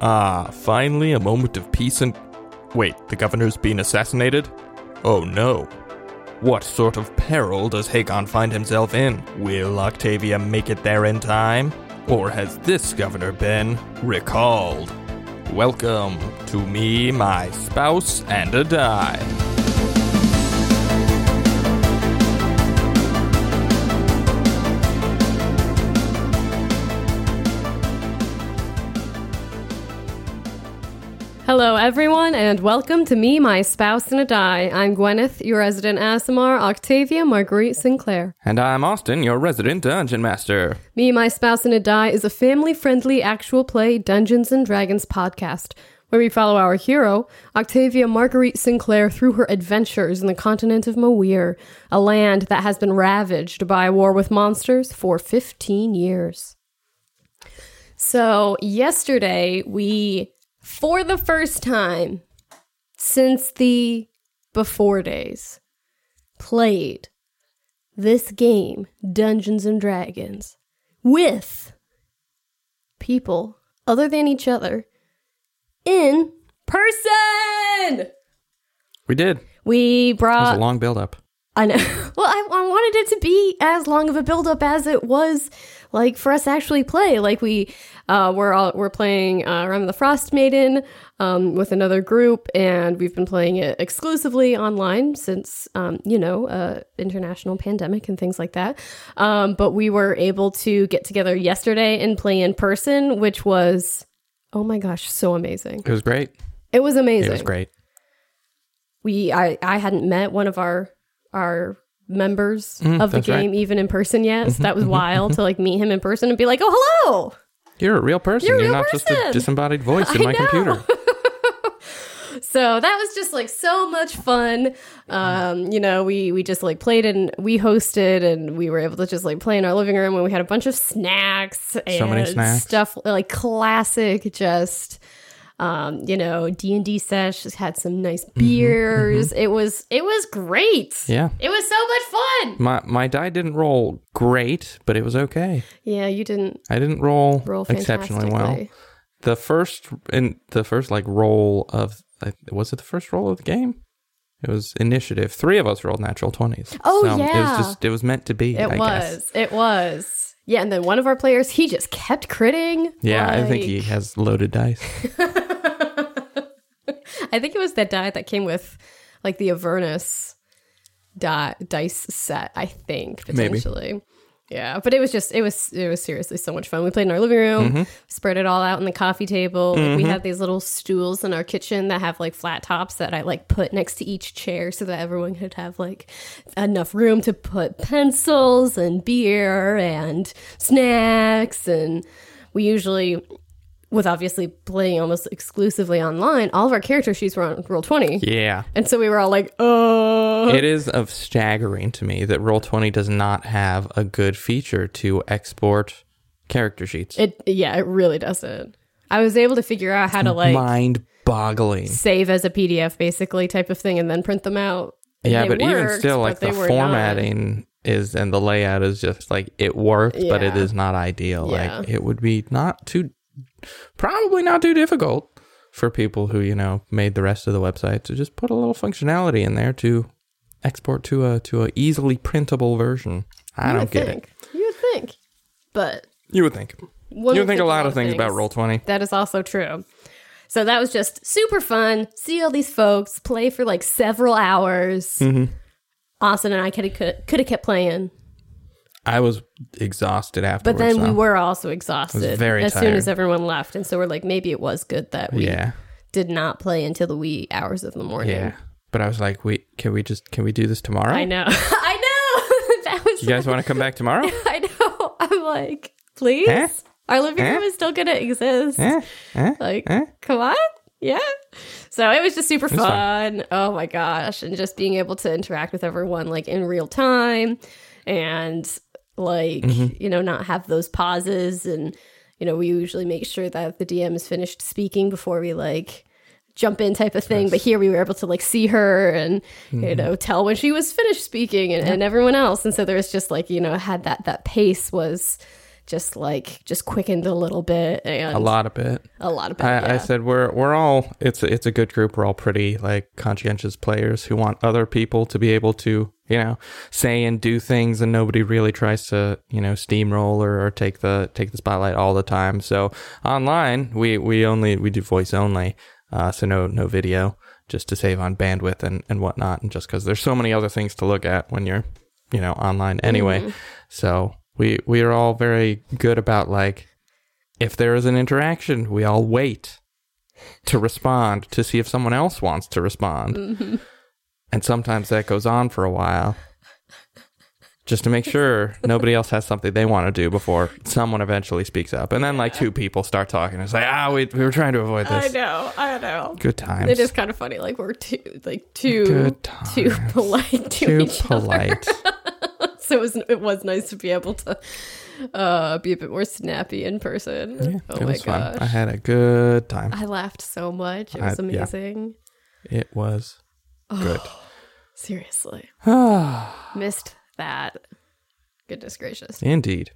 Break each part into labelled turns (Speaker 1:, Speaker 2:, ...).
Speaker 1: Ah, finally a moment of peace and. Wait, the governor's been assassinated? Oh no. What sort of peril does Hagon find himself in? Will Octavia make it there in time? Or has this governor been recalled? Welcome to me, my spouse, and a dime.
Speaker 2: Hello, everyone, and welcome to Me, My Spouse, and a Die. I'm Gwyneth, your resident Asimar, Octavia Marguerite Sinclair.
Speaker 1: And I'm Austin, your resident dungeon master.
Speaker 2: Me, My Spouse, and a Die is a family friendly actual play Dungeons and Dragons podcast where we follow our hero, Octavia Marguerite Sinclair, through her adventures in the continent of Mawir, a land that has been ravaged by war with monsters for 15 years. So, yesterday we, for the first time since the before days, played this game, Dungeons and Dragons, with people other than each other in person.
Speaker 1: We did. It
Speaker 2: We
Speaker 1: was
Speaker 2: brought
Speaker 1: a long build up.
Speaker 2: I know. Well, I, I wanted it to be as long of a build up as it was, like for us to actually play. Like we uh, we're all we're playing uh, Realm of the Frost Maiden um, with another group, and we've been playing it exclusively online since um, you know uh, international pandemic and things like that. Um, but we were able to get together yesterday and play in person, which was oh my gosh, so amazing!
Speaker 1: It was great.
Speaker 2: It was
Speaker 1: It
Speaker 2: amazing
Speaker 1: was great.
Speaker 2: we I, I hadn't met one of our our members of the
Speaker 1: Mm, that's right. Mm-hmm,
Speaker 2: game even in person yet. So that was wild to like meet him in person and be like, "Oh, hello."
Speaker 1: You're a real person.
Speaker 2: You're
Speaker 1: You're,
Speaker 2: a real
Speaker 1: not just
Speaker 2: person.
Speaker 1: a disembodied voice in
Speaker 2: I
Speaker 1: my
Speaker 2: know.
Speaker 1: computer.
Speaker 2: So that was just like so much fun. Um, you know, we we just like played and we hosted and we were able to just like play in our living room and we had a bunch of snacks and
Speaker 1: many snacks.
Speaker 2: stuff like classic just um, you know, D&D sesh just had some nice beers. It was it was great.
Speaker 1: Mm-hmm, Yeah.
Speaker 2: It was so much fun.
Speaker 1: My my die didn't roll great, but it was okay.
Speaker 2: Yeah, you didn't
Speaker 1: I didn't roll,
Speaker 2: roll
Speaker 1: exceptionally well.
Speaker 2: fantastically.
Speaker 1: The first in the first like roll of I- was it the first roll of the game? It was initiative. Three of us rolled natural twenties.
Speaker 2: Oh,
Speaker 1: it was
Speaker 2: yeah.
Speaker 1: just it was meant to be.
Speaker 2: It
Speaker 1: I Guess.
Speaker 2: was. It was. Yeah, and then one of our players, he just kept critting.
Speaker 1: Yeah, I
Speaker 2: Like,
Speaker 1: think he has loaded dice.
Speaker 2: I think it was that die that came with like the Avernus di- dice set, I think,
Speaker 1: Maybe.
Speaker 2: potentially. Yeah, but it was just it was it was seriously so much fun. We played in our living room, spread it all out on the coffee table. Like, we had these little stools in our kitchen that have like flat tops that I like put next to each chair so that everyone could have like enough room to put pencils and beer and snacks and we usually with obviously playing almost exclusively online, all of our character sheets were on roll twenty.
Speaker 1: Yeah.
Speaker 2: And so we were all like, oh
Speaker 1: It is of staggering to me that Roll20 does not have a good feature to export character sheets.
Speaker 2: It yeah, it really doesn't. I was able to figure out how to like
Speaker 1: Mind boggling.
Speaker 2: save as a PDF basically type of thing and then print them out. And
Speaker 1: Yeah,
Speaker 2: they
Speaker 1: but even
Speaker 2: worked,
Speaker 1: still,
Speaker 2: but
Speaker 1: like
Speaker 2: they
Speaker 1: the
Speaker 2: were not-
Speaker 1: formatting is and the layout is just like it worked, but it
Speaker 2: Yeah.
Speaker 1: is not ideal.
Speaker 2: Yeah.
Speaker 1: Like it would be not too, probably not too difficult for people who you know made the rest of the website to just put a little functionality in there to export to a to a easily printable version. I
Speaker 2: You
Speaker 1: don't
Speaker 2: would
Speaker 1: get
Speaker 2: think. You would think. But
Speaker 1: it. You would think.
Speaker 2: one
Speaker 1: you
Speaker 2: would
Speaker 1: would think a lot of things, about
Speaker 2: things.
Speaker 1: Roll Twenty.
Speaker 2: That is also true. So that was just super fun. See all these folks play for like several hours.
Speaker 1: Mm-hmm.
Speaker 2: Austin and I could have could have kept playing,
Speaker 1: I was exhausted afterwards.
Speaker 2: but then we
Speaker 1: though.
Speaker 2: were also exhausted
Speaker 1: very
Speaker 2: as soon
Speaker 1: tired.
Speaker 2: as everyone left, and so we're like, maybe it was good that we
Speaker 1: yeah,
Speaker 2: did not play until the wee hours of the morning.
Speaker 1: yeah. But I was like, we can we just can we do this tomorrow?
Speaker 2: I know, I know. that was
Speaker 1: You guys want to come back tomorrow?
Speaker 2: I know. I'm like, please,
Speaker 1: Huh?
Speaker 2: our living
Speaker 1: Huh?
Speaker 2: room is still gonna exist.
Speaker 1: Eh? Eh?
Speaker 2: Like,
Speaker 1: Eh?
Speaker 2: come on. Yeah. So it was just super
Speaker 1: fun.
Speaker 2: fun. Oh my gosh. And just being able to interact with everyone like in real time and like, you know, not have those pauses. And, you know, we usually make sure that the DM is finished speaking before we like jump in type of thing. But here we were able to like see her and, you know, tell when she was finished speaking and, and everyone else. And so there was just like, you know, had that, that pace was just like just quickened a little bit and
Speaker 1: a lot of it.
Speaker 2: a lot of it,
Speaker 1: I, I
Speaker 2: yeah.
Speaker 1: said we're we're all it's a, it's a good group. We're all pretty like conscientious players who want other people to be able to you know say and do things, and nobody really tries to you know steamroll or, or take the take the spotlight all the time. So online we we only we do voice only, uh, so no no video just to save on bandwidth and and whatnot, and just because there's so many other things to look at when you're you know online anyway. So we we are all very good about like if there is an interaction, we all wait to respond to see if someone else wants to respond. And sometimes that goes on for a while just to make sure nobody else has something they want to do before someone eventually speaks up. And then, like, two people start talking. It's like, ah, we, we were trying to avoid
Speaker 2: I
Speaker 1: this.
Speaker 2: know, I know.
Speaker 1: Good times.
Speaker 2: It is kind of funny, like we're too like too
Speaker 1: Good
Speaker 2: too
Speaker 1: times.
Speaker 2: polite to
Speaker 1: Too
Speaker 2: each
Speaker 1: polite.
Speaker 2: other. So it was it was nice to be able to uh be a bit more snappy in person. oh
Speaker 1: it
Speaker 2: my
Speaker 1: was fun.
Speaker 2: gosh.
Speaker 1: I had a good time.
Speaker 2: I laughed so much. It
Speaker 1: I-
Speaker 2: was
Speaker 1: yeah.
Speaker 2: amazing.
Speaker 1: It was good.
Speaker 2: Oh. Seriously. Missed that. Goodness gracious.
Speaker 1: Indeed.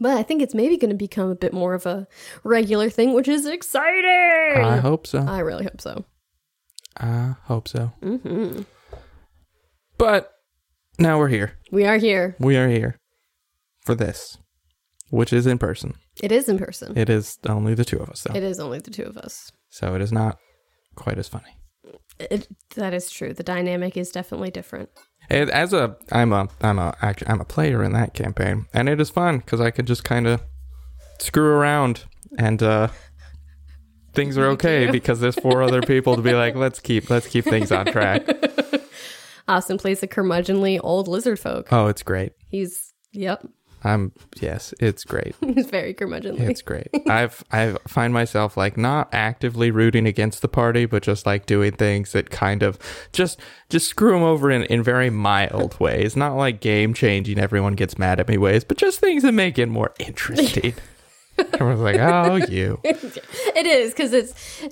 Speaker 2: But I think it's maybe going to become a bit more of a regular thing, which is exciting.
Speaker 1: I hope so.
Speaker 2: I really hope so.
Speaker 1: I hope so. Mm-hmm. But now we're here.
Speaker 2: We are here.
Speaker 1: We are here for this, which is in person.
Speaker 2: It is in person.
Speaker 1: It is only the two of us, though.
Speaker 2: It is only the two of us.
Speaker 1: so it is not quite as funny.
Speaker 2: It, that is true. The dynamic is definitely different.
Speaker 1: It, as a, I'm a, I'm a, act- I'm a player in that campaign, and it is fun because I could just kind of screw around and uh, things are okay because there's four other people to be like, let's keep, let's keep things on track.
Speaker 2: Austin plays a curmudgeonly old lizard folk.
Speaker 1: Oh, it's great.
Speaker 2: He's, yep,
Speaker 1: I'm, yes, it's great.
Speaker 2: he's very curmudgeonly.
Speaker 1: It's great. I've I find myself like not actively rooting against the party, but just like doing things that kind of just just screw them over in, in very mild ways. Not like game changing, everyone gets mad at me ways, but just things that make it more interesting. Everyone's like, "Oh, you."
Speaker 2: it is because it's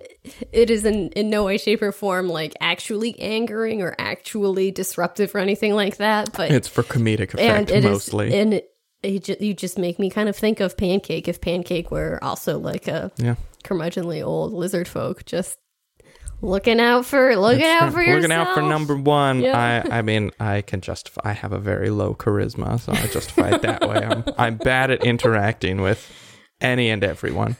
Speaker 2: it is in in no way shape or form like actually angering or actually disruptive or anything like that but
Speaker 1: It's for comedic
Speaker 2: and
Speaker 1: effect
Speaker 2: it is
Speaker 1: mostly.
Speaker 2: and it, it ju- you just make me kind of think of pancake if pancake were also like a
Speaker 1: yeah.
Speaker 2: curmudgeonly old lizard folk just looking out for looking out for yourself
Speaker 1: Looking out for number one.
Speaker 2: Yeah.
Speaker 1: I, I mean, I can justify. I have a very low charisma, so I justify it that way. I'm, I'm bad at interacting with any and everyone,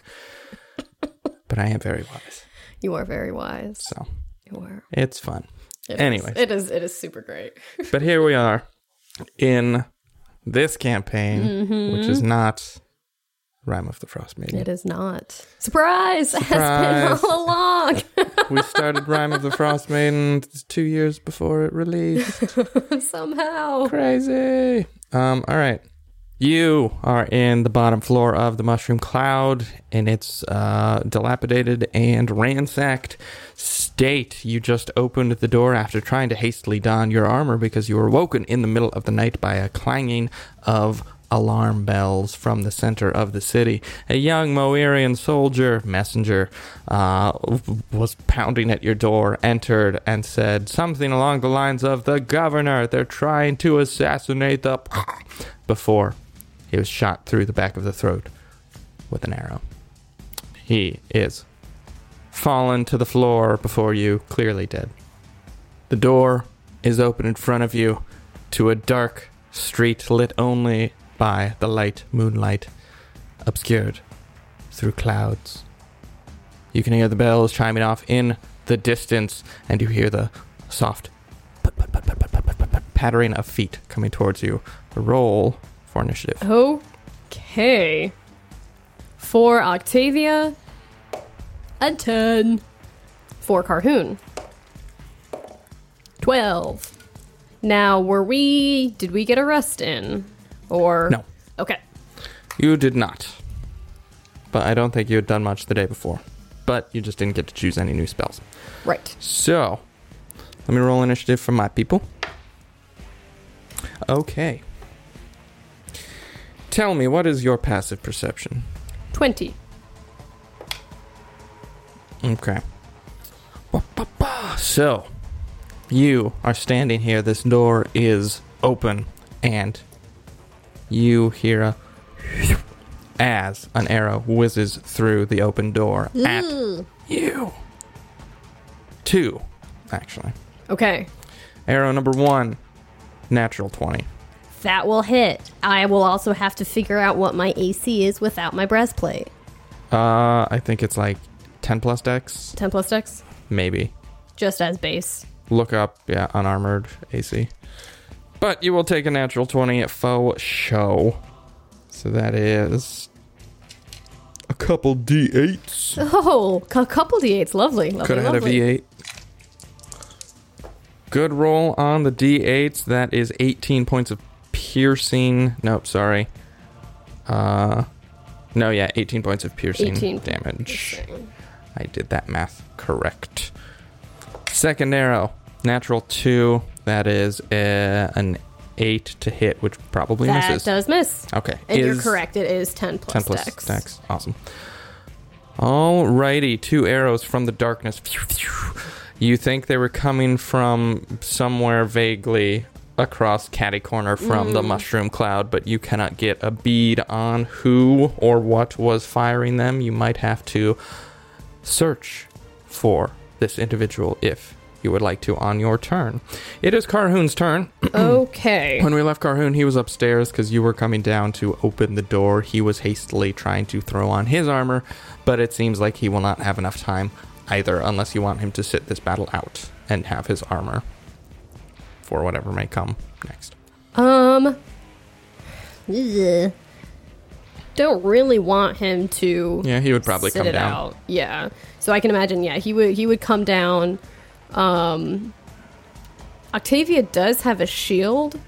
Speaker 1: but I am very wise,
Speaker 2: you are very wise
Speaker 1: so
Speaker 2: you are
Speaker 1: it's fun.
Speaker 2: It is-
Speaker 1: Anyways.
Speaker 2: it is it is super great
Speaker 1: But here we are in this campaign, which
Speaker 2: Mm-hmm.
Speaker 1: is not Rhyme of the Frost Maiden.
Speaker 2: it is not surprise has
Speaker 1: Surprise.
Speaker 2: been all along
Speaker 1: we started Rhyme of the Frost Maiden two years before it released.
Speaker 2: somehow
Speaker 1: Crazy. Um, all right. You are in the bottom floor of the mushroom cloud in its uh, dilapidated and ransacked state. You just opened the door after trying to hastily don your armor because you were woken in the middle of the night by a clanging of alarm bells from the center of the city. A young Moirian soldier, messenger, uh, w- was pounding at your door, entered, and said something along the lines of, The governor, they're trying to assassinate the. before he was shot through the back of the throat with an arrow. He is fallen to the floor before you, clearly dead. The door is open in front of you to a dark street lit only by the light moonlight, obscured through clouds. You can hear the bells chiming off in the distance, and you hear the soft put, put, put, put, put, put, put, put, put, pattering of feet coming towards you. Roll for initiative.
Speaker 2: Okay. For Octavia, a 10. For Carhoon, 12. Now, were we. Did we get a rest in? Or.
Speaker 1: No.
Speaker 2: Okay.
Speaker 1: You did not. But I don't think you had done much the day before. But you just didn't get to choose any new spells.
Speaker 2: Right.
Speaker 1: So, let me roll initiative for my people. Okay. Tell me, what is your passive perception?
Speaker 2: 20.
Speaker 1: Okay. Ba-ba-ba. So, you are standing here. This door is open, and you hear a as an arrow whizzes through the open door at you. Two, actually.
Speaker 2: Okay.
Speaker 1: Arrow number one, natural 20.
Speaker 2: That will hit. I will also have to figure out what my AC is without my breastplate.
Speaker 1: Uh, I think it's like 10 plus dex,
Speaker 2: 10 plus dex?
Speaker 1: maybe.
Speaker 2: Just as base.
Speaker 1: Look up, yeah, unarmored AC. But you will take a natural 20 at foe show. So that is a couple d8s.
Speaker 2: Oh, a couple d8s. Lovely. lovely
Speaker 1: Could have had a
Speaker 2: lovely.
Speaker 1: V8. Good roll on the D8s. That is 18 points of piercing. Nope, sorry. Uh, no, yeah, 18 points of piercing
Speaker 2: 18
Speaker 1: damage. I did that math correct. Second arrow, natural two. That is uh, an eight to hit, which probably
Speaker 2: That
Speaker 1: misses.
Speaker 2: does miss.
Speaker 1: Okay,
Speaker 2: And you're
Speaker 1: is
Speaker 2: correct. It is 10 plus,
Speaker 1: Ten plus
Speaker 2: dex.
Speaker 1: dex. Awesome. Alrighty, two arrows from the darkness. You think they were coming from somewhere vaguely across Catty Corner from the mushroom cloud, but you cannot get a bead on who or what was firing them. You might have to search for this individual if you would like to on your turn. It is Carhoon's turn.
Speaker 2: Okay.
Speaker 1: When we left Carhoon, he was upstairs because you were coming down to open the door. He was hastily trying to throw on his armor, but it seems like he will not have enough time either, unless you want him to sit this battle out and have his armor for whatever may come next.
Speaker 2: Um. yeah. Don't really want him to
Speaker 1: Yeah, he would probably
Speaker 2: sit
Speaker 1: come
Speaker 2: it
Speaker 1: down.
Speaker 2: out. Yeah. So I can imagine. Yeah, he would he would come down. Um, Octavia does have a shield.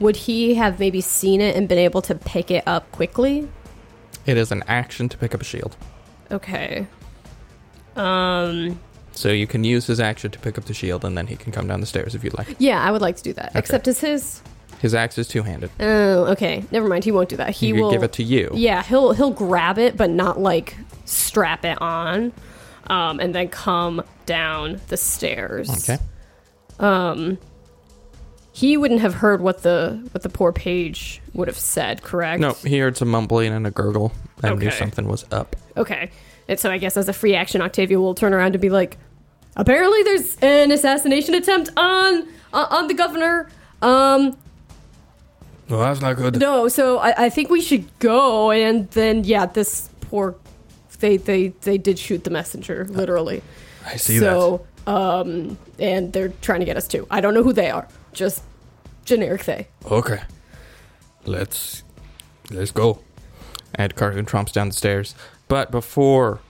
Speaker 2: Would he have maybe seen it and been able to pick it up quickly?
Speaker 1: It is an action to pick up a shield,
Speaker 2: Okay. Um.
Speaker 1: so you can use his action to pick up the shield, and then he can come down the stairs if you'd like.
Speaker 2: Yeah, I would like to do that. Except is his.
Speaker 1: His axe is two-handed.
Speaker 2: Oh, okay. Never mind. He won't do that. He
Speaker 1: He
Speaker 2: will
Speaker 1: could give it to you.
Speaker 2: Yeah, he'll he'll grab it, but not like strap it on, um, and then come down the stairs.
Speaker 1: Okay.
Speaker 2: He wouldn't have heard what the what the poor page would have said, correct?
Speaker 1: No, he heard some mumbling and a gurgle and knew
Speaker 2: Okay.
Speaker 1: something was up.
Speaker 2: Okay. And so I guess as a free action, Octavia will turn around and be like, "Apparently, there's an assassination attempt on on on the governor." Um,
Speaker 1: Well, that's not good.
Speaker 2: no, so I, I think we should go. And then yeah, this poor, they they they did shoot the messenger literally.
Speaker 1: I
Speaker 2: so, um, and they're trying to get us too. I don't know who they are. Just generic they.
Speaker 1: Okay. Let's let's go. And Carhoon tromps down the stairs. But before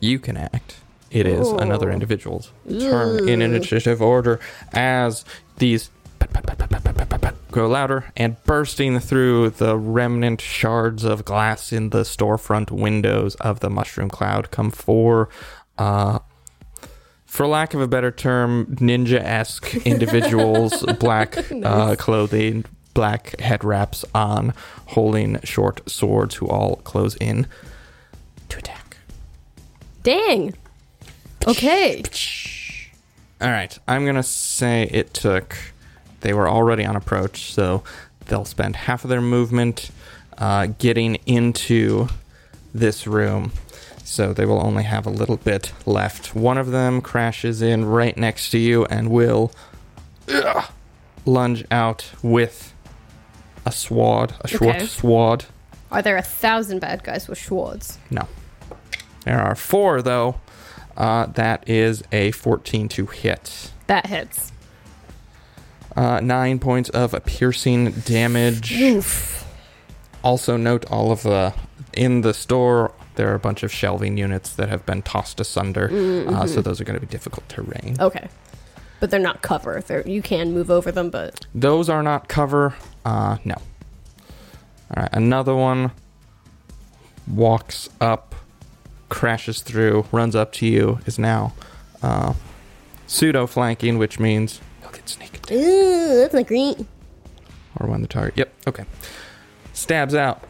Speaker 1: you can act, it is another
Speaker 2: Ooh.
Speaker 1: individual's turn in initiative order as these pat, pat, pat, pat, pat, pat, pat, pat, pat, grow louder and bursting through the remnant shards of glass in the storefront windows of the mushroom cloud come four uh for lack of a better term, ninja esque individuals, black uh, clothing, black head wraps on, holding short swords, who all close in to attack.
Speaker 2: Dang. Okay.
Speaker 1: All right, I'm gonna say it took. They were already on approach, so they'll spend half of their movement uh, getting into this room. So they will only have a little bit left. One of them crashes in right next to you and will ugh, lunge out with a sword, a short
Speaker 2: Okay.
Speaker 1: sword.
Speaker 2: Are there a thousand bad guys with swords?
Speaker 1: No. There are four though. Uh, that is a 14 to hit.
Speaker 2: That hits.
Speaker 1: Uh, nine points of piercing damage.
Speaker 2: Oof.
Speaker 1: Also, note all of the in the store. There are a bunch of shelving units that have been tossed asunder, uh, so those are going to be difficult terrain.
Speaker 2: Okay. But they're not cover. They're, you can move over them, but
Speaker 1: Those are not cover. Uh, no. All right, another one walks up, crashes through, runs up to you. Is now uh, pseudo flanking, which means he'll get sneak attack.
Speaker 2: Ooh, that's not great.
Speaker 1: Or when the target. Yep. Okay. Stabs out.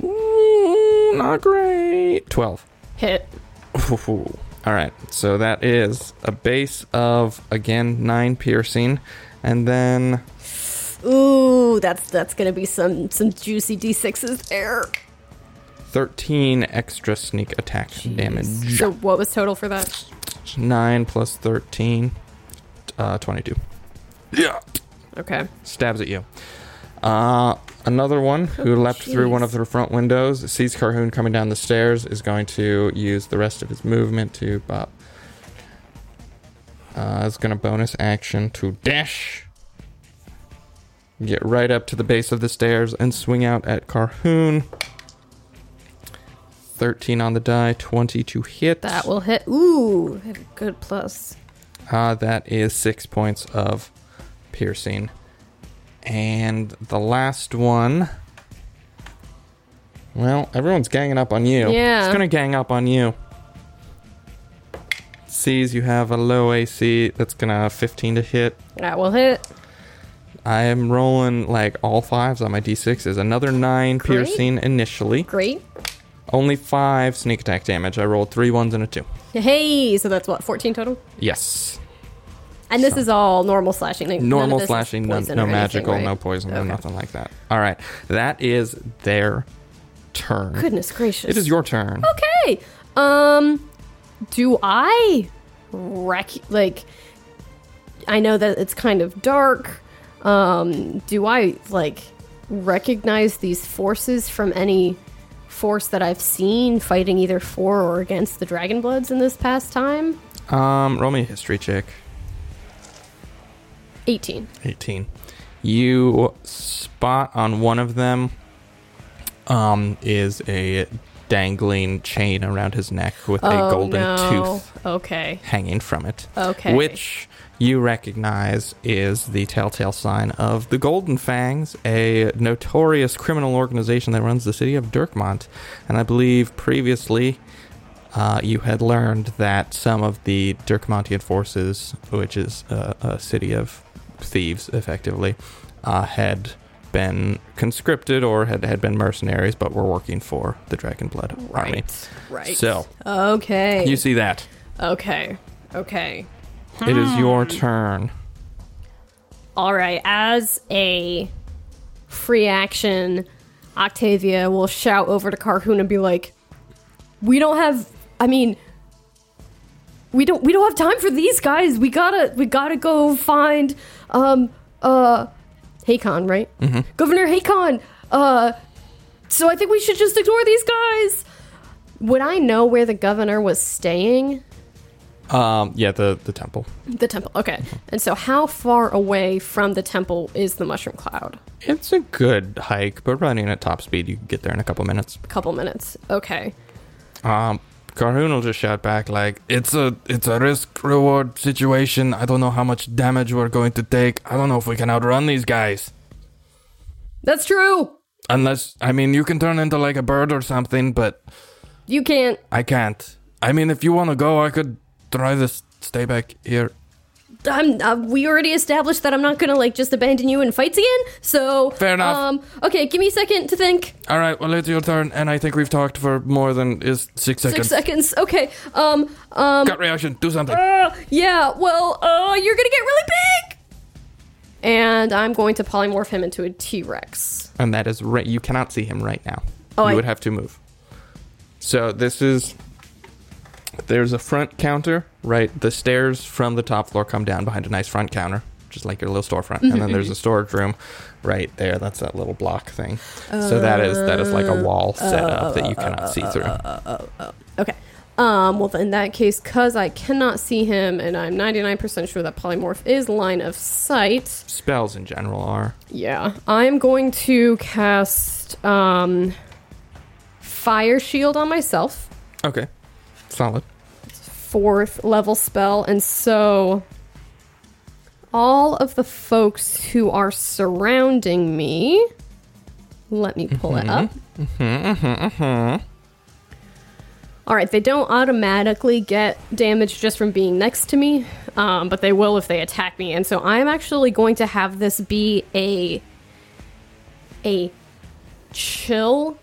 Speaker 1: Mm, not great. 12.
Speaker 2: Hit.
Speaker 1: All right. So that is a base of, again, 9 piercing. And then
Speaker 2: Ooh, that's that's gonna be some some juicy d sixes there.
Speaker 1: 13 extra sneak attack damage.
Speaker 2: So what was total for that?
Speaker 1: 9 plus 13. Uh, 22. Yeah.
Speaker 2: Okay.
Speaker 1: Stabs at you. Uh, another one who
Speaker 2: Oh,
Speaker 1: leapt through one
Speaker 2: jeez.
Speaker 1: of the front windows, sees Carhoon coming down the stairs, is going to use the rest of his movement to bop. Uh, is going to bonus action to dash. Get right up to the base of the stairs and swing out at Carhoon. 13 on the die, 20 to hit.
Speaker 2: That will hit. Ooh, I have a good plus.
Speaker 1: Uh, that is six points of piercing. And the last one. Well, everyone's ganging up on you.
Speaker 2: Yeah.
Speaker 1: It's going to gang up on you. Sees you have a low AC. That's going to 15 to hit.
Speaker 2: That will hit.
Speaker 1: I am rolling like all fives on my d6s. Another nine
Speaker 2: Great.
Speaker 1: piercing initially.
Speaker 2: Great.
Speaker 1: Only five sneak attack damage. I rolled three ones and a two.
Speaker 2: Hey, so that's what fourteen total.
Speaker 1: Yes.
Speaker 2: And this is all normal slashing. like, none of
Speaker 1: normal
Speaker 2: this is
Speaker 1: slashing, no,
Speaker 2: poison
Speaker 1: no
Speaker 2: or anything,
Speaker 1: magical,
Speaker 2: right?
Speaker 1: no poison, no
Speaker 2: Okay.
Speaker 1: nothing like that. All right, that is their turn.
Speaker 2: Goodness gracious!
Speaker 1: It is your turn.
Speaker 2: Okay. Um, do I rec like? I know that it's kind of dark. Um, do I like recognize these forces from any force that I've seen fighting either for or against the Dragonbloods in this past time?
Speaker 1: Um, roll me a history check.
Speaker 2: Eighteen.
Speaker 1: Eighteen. You spot on one of them. Um, is a dangling chain around his neck with
Speaker 2: Oh,
Speaker 1: a golden tooth
Speaker 2: Okay.
Speaker 1: hanging from it.
Speaker 2: Okay.
Speaker 1: Which you recognize is the telltale sign of the Golden Fangs, a notorious criminal organization that runs the city of Dirkmont. And I believe previously uh, you had learned that some of the Dirkmontian forces, which is uh, a city of thieves effectively, uh, had been conscripted or had, had been mercenaries but were working for the Dragonblood army.
Speaker 2: Right.
Speaker 1: So,
Speaker 2: Okay.
Speaker 1: you see that.
Speaker 2: okay. Okay.
Speaker 1: It
Speaker 2: Hmm.
Speaker 1: is your turn.
Speaker 2: All right, as a free action, Octavia will shout over to Carhoon and be like, "We don't have I mean, we don't we don't have time for these guys. We got to we got to go find um uh Hakon, right? Governor Hakon. Uh so I think we should just ignore these guys. Would I know where the governor was staying?
Speaker 1: Um, yeah, the the temple.
Speaker 2: The temple. Okay. And so how far away from the temple is the mushroom cloud?
Speaker 1: It's a good hike, but running at top speed, you can get there in a couple minutes.
Speaker 2: couple minutes. Okay.
Speaker 1: Um, Carhoon will just shout back like,
Speaker 3: It's a it's a risk reward situation. I don't know how much damage we're going to take. I don't know if we can outrun these guys.
Speaker 2: That's true.
Speaker 3: Unless I mean you can turn into like a bird or something, but
Speaker 2: You can't.
Speaker 3: I can't. I mean if you want to go, I could try to s- stay back here.
Speaker 2: I'm, uh, we already established that I'm not gonna like just abandon you in fights again. So
Speaker 3: Fair enough.
Speaker 2: Um, okay, give me a second to think.
Speaker 3: All right, well it's your turn, and I think we've talked for more than is six
Speaker 2: Six
Speaker 3: seconds.
Speaker 2: seconds. Okay. Um. Um.
Speaker 3: Gut reaction, do something.
Speaker 2: uh, yeah. Well. Uh. You're gonna get really big. And I'm going to polymorph him into a T-Rex.
Speaker 1: and that is right. You cannot see him right now.
Speaker 2: Oh,
Speaker 1: you
Speaker 2: I-
Speaker 1: would have to move. So this is. There's a front counter, right? The stairs from the top floor come down behind a nice front counter, just like your little storefront, and
Speaker 2: Mm-hmm.
Speaker 1: then there's a storage room, right there. That's that little block thing. so that is that is like a wall set up that you cannot see through.
Speaker 2: Uh, Okay. Um. Well, in that case, cause I cannot see him, and I'm 99% sure that polymorph is line of sight.
Speaker 1: Spells in general are
Speaker 2: Yeah, I'm going to cast um, Fire Shield on myself,
Speaker 1: okay, solid.
Speaker 2: fourth level spell, and so all of the folks who are surrounding me. Let me pull it up. All right, they don't automatically get damage just from being next to me, um, but they will if they attack me. And so I'm actually going to have this be a a chill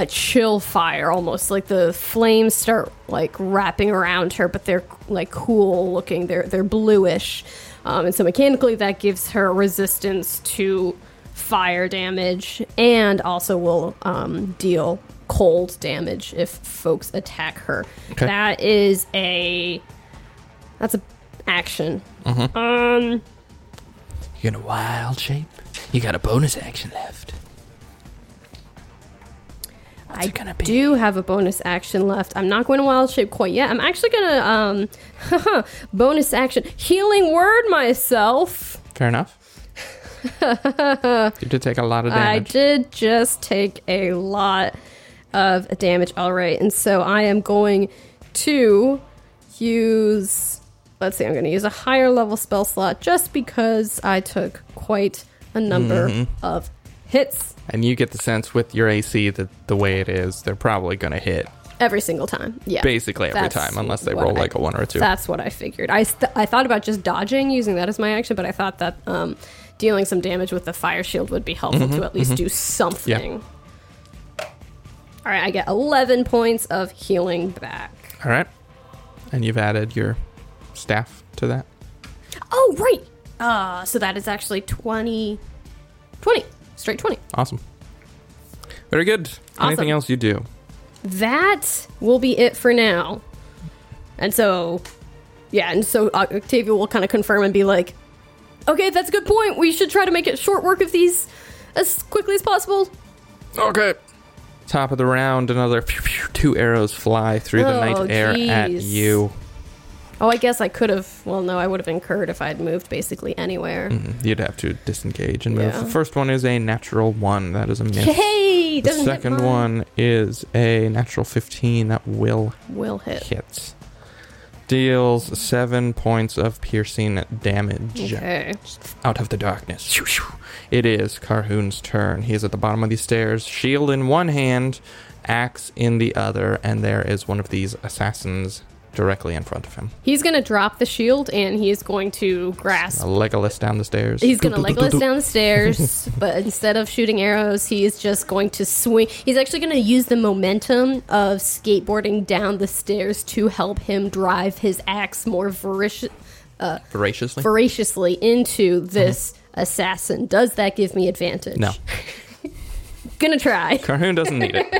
Speaker 2: a chill fire almost like the flames start like wrapping around her but they're like cool looking they're they're bluish um, and so mechanically that gives her resistance to fire damage and also will um, deal cold damage if folks attack her
Speaker 1: Okay.
Speaker 2: that is a that's a action um
Speaker 4: You're in a wild shape. You got a bonus action left.
Speaker 2: I
Speaker 4: it gonna be?
Speaker 2: do have a bonus action left. I'm not going to wild shape quite yet. I'm actually gonna um bonus action healing word myself.
Speaker 1: Fair enough. you did take a lot of
Speaker 2: I
Speaker 1: damage.
Speaker 2: did just take a lot of damage. All right, and so I am going to use. Let's see. I'm going to use a higher level spell slot just because I took quite a number
Speaker 4: Mm-hmm.
Speaker 2: of hits
Speaker 1: and you get the sense with your AC that the way it is, they're probably going to hit
Speaker 2: every single time. Yeah,
Speaker 1: basically every
Speaker 2: That's
Speaker 1: time, unless they
Speaker 2: what
Speaker 1: roll
Speaker 2: I-
Speaker 1: like a one or a two.
Speaker 2: That's what I figured. I, st- I thought about just dodging, using that as my action, but I thought that um, dealing some damage with the fire shield would be helpful
Speaker 1: Mm-hmm,
Speaker 2: to at least do something. All right, I get 11 points of healing back.
Speaker 1: All right. And you've added your staff to that.
Speaker 2: Oh, right. Uh, so that is actually 20. 20. Straight 20.
Speaker 1: Awesome. Very good.
Speaker 2: Awesome.
Speaker 1: Anything else you do?
Speaker 2: That will be it for now. And so, yeah, and so uh, Octavia will kind of confirm and be like, okay, that's a good point. We should try to make it short work of these as quickly as possible.
Speaker 3: Okay.
Speaker 1: Top of the round, another phew, phew, two arrows fly through the
Speaker 2: Oh,
Speaker 1: night air at
Speaker 2: geez.
Speaker 1: you.
Speaker 2: Oh, I guess I could have. Well, no, I would have incurred if I'd moved basically anywhere.
Speaker 1: Mm, You'd have to disengage and move.
Speaker 2: Yeah.
Speaker 1: The first one is a natural one. That is a miss.
Speaker 2: Hey,
Speaker 1: the
Speaker 2: doesn't hit
Speaker 1: second
Speaker 2: mine.
Speaker 1: one is a natural 15 that will
Speaker 2: will hit.
Speaker 1: hit. Deals seven points of piercing damage
Speaker 2: Okay.
Speaker 1: out of the darkness. Shoo, shoo. It is Carhoon's turn. He is at the bottom of these stairs, shield in one hand, axe in the other, and there is one of these assassins directly in front of him.
Speaker 2: He's gonna drop the shield and he is going to grasp.
Speaker 1: A Legolas down the stairs.
Speaker 2: He's gonna Legolas down the stairs, but instead of shooting arrows, he is just going to swing. He's actually gonna use the momentum of skateboarding down the stairs to help him drive his axe more voracious.
Speaker 1: Voraciously?
Speaker 2: voraciously into this assassin. Does that give me advantage?
Speaker 1: Uh-huh. No.
Speaker 2: Gonna try.
Speaker 1: Carhoon doesn't need it.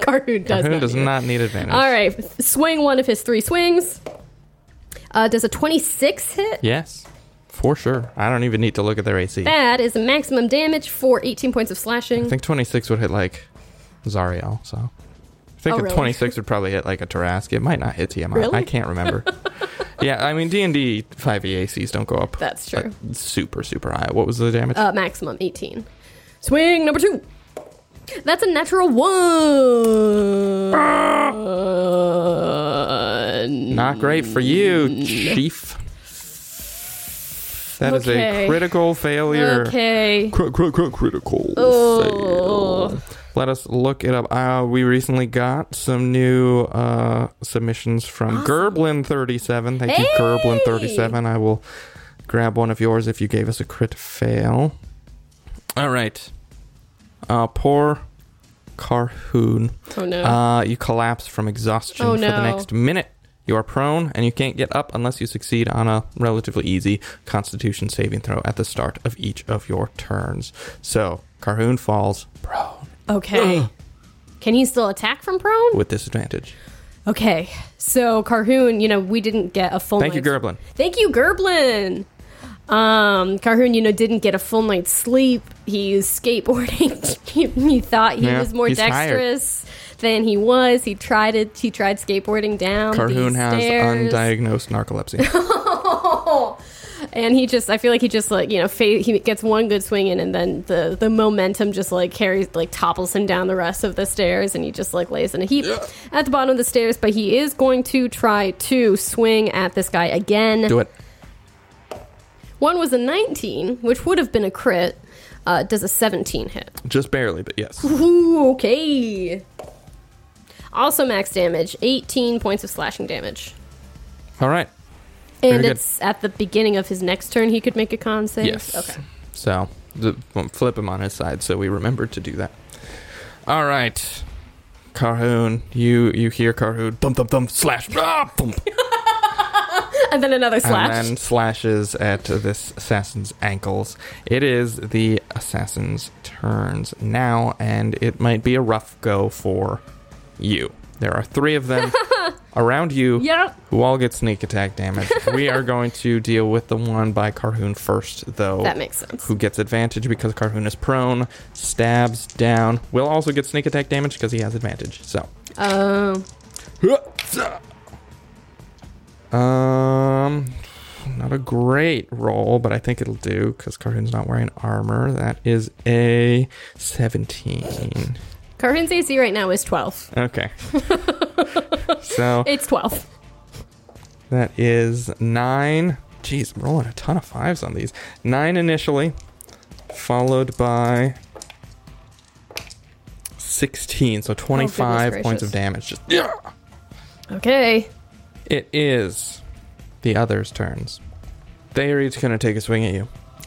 Speaker 2: Carhoon does
Speaker 1: Carhoon
Speaker 2: not.
Speaker 1: does
Speaker 2: do it.
Speaker 1: not need advantage.
Speaker 2: All right, swing one of his three swings. Uh, does a 26 hit?
Speaker 1: Yes, for sure. I don't even need to look at their AC. I
Speaker 2: That is a maximum damage for 18 points of slashing.
Speaker 1: think 26 would hit like Zariel, so. I think
Speaker 2: Oh,
Speaker 1: a
Speaker 2: really?
Speaker 1: 26 would probably hit like a Tarask. It might not hit TMI. I
Speaker 2: Really?
Speaker 1: can't remember. yeah, I mean, D&D 5e ACs E don't go up
Speaker 2: That's
Speaker 1: like,
Speaker 2: true.
Speaker 1: super, super high. What was the damage?
Speaker 2: Uh, maximum 18. Swing number two. That's a natural one.
Speaker 1: Not great for you, Chief. That is
Speaker 2: Okay.
Speaker 1: a critical failure.
Speaker 2: Okay.
Speaker 1: Cri- cri- cri- critical
Speaker 2: Oh.
Speaker 1: fail. Let us look it up. Uh, we recently got some new uh, submissions from Gerblin37. Thank you,
Speaker 2: Hey!
Speaker 1: Gerblin37. I will grab one of yours if you gave us a crit fail. All right. Uh, poor Carhoon.
Speaker 2: Oh no.
Speaker 1: Uh, you collapse from exhaustion
Speaker 2: Oh,
Speaker 1: for the
Speaker 2: no.
Speaker 1: next minute. You are prone and you can't get up unless you succeed on a relatively easy constitution saving throw at the start of each of your turns. So, Carhoon falls prone
Speaker 2: okay. Can he still attack from prone?
Speaker 1: with disadvantage.
Speaker 2: Oh, Okay, so Carhoon, you know, we didn't get a full.
Speaker 1: Thank you,
Speaker 2: night's-
Speaker 1: Gerblin.
Speaker 2: Thank you, Gerblin. Um, Carhoon, you know, didn't get a full night's sleep. He's skateboarding. he, he thought he
Speaker 1: Yeah,
Speaker 2: was more
Speaker 1: he's tired.
Speaker 2: dexterous than he was. He tried it. He tried skateboarding down.
Speaker 1: Carhoon
Speaker 2: these
Speaker 1: has
Speaker 2: stairs.
Speaker 1: undiagnosed narcolepsy.
Speaker 2: and he just, I feel like he just like you know, fa- he gets one good swing in, and then the the momentum just like carries like topples him down the rest of the stairs, and he just like lays in a heap at the bottom of the stairs. But he is going to try to swing at this guy again.
Speaker 1: Do it.
Speaker 2: One was a 19, which would have been a crit. Uh, does a 17 hit?
Speaker 1: Just barely, but yes.
Speaker 2: Ooh, okay. Also max damage, 18 points of slashing damage.
Speaker 1: All right. Very
Speaker 2: And
Speaker 1: good.
Speaker 2: it's at the beginning of his next turn he could make a con save.
Speaker 1: Yes.
Speaker 2: Okay.
Speaker 1: So the, well, flip him on his side, so we remembered to do that.
Speaker 3: All right.
Speaker 1: Carhoon, you you hear Carhoon thump thump thump slash ah, thump,
Speaker 2: And then another slash.
Speaker 1: and then slashes at this assassin's ankles. It is the assassin's turns now, and it might be a rough go for you. There are three of them around you
Speaker 2: yep.
Speaker 1: who all get sneak attack damage. we are going to deal with the one by Carhoon first, though.
Speaker 2: That makes sense.
Speaker 1: Oh. who gets advantage because Carhoon is prone, stabs down, will also get sneak attack damage because he has advantage. So,
Speaker 2: Um,
Speaker 1: um, not a great roll, but I think it'll do because Carhoon's not wearing armor. That is a 17.
Speaker 2: Carvin's AC right now is 12.
Speaker 1: Okay. so
Speaker 2: It's 12.
Speaker 1: that is nine. Jeez, I'm rolling a ton of fives on these. Nine initially, followed by 16, so 25 points
Speaker 2: gracious.
Speaker 1: of damage. Just
Speaker 2: Okay.
Speaker 1: It is the others' turns. They are each going to take a swing at you.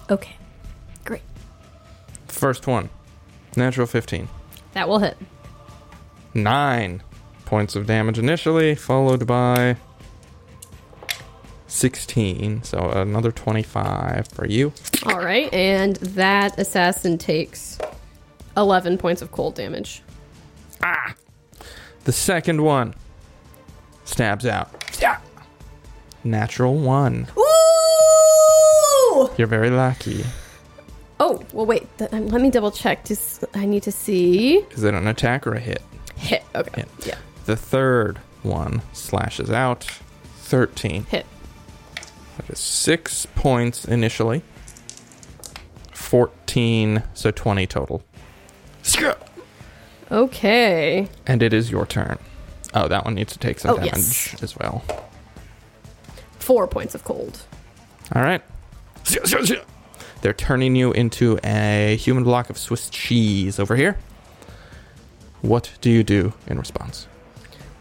Speaker 2: Okay.
Speaker 1: First one, natural 15.
Speaker 2: That will hit.
Speaker 1: Nine points of damage initially, followed by 16. So another 25 for you.
Speaker 2: All right. And that assassin takes 11 points of cold damage.
Speaker 1: The second one stabs out. Natural one.
Speaker 2: Ooh!
Speaker 1: You're very lucky.
Speaker 2: Oh, well, wait. Th- um, let me double check. Just, I need to see.
Speaker 1: Is it an attack or a hit?
Speaker 2: Hit. Okay. Yeah.
Speaker 1: The third one slashes out. 13.
Speaker 2: Hit.
Speaker 1: That is six points initially. 14, so 20 total.
Speaker 2: Okay.
Speaker 1: And it is your turn. Oh, that one needs to take some
Speaker 2: Oh,
Speaker 1: damage
Speaker 2: yes.
Speaker 1: as well.
Speaker 2: Four points of cold.
Speaker 1: All right. They're turning you into a human block of Swiss cheese over here. What do you do in response?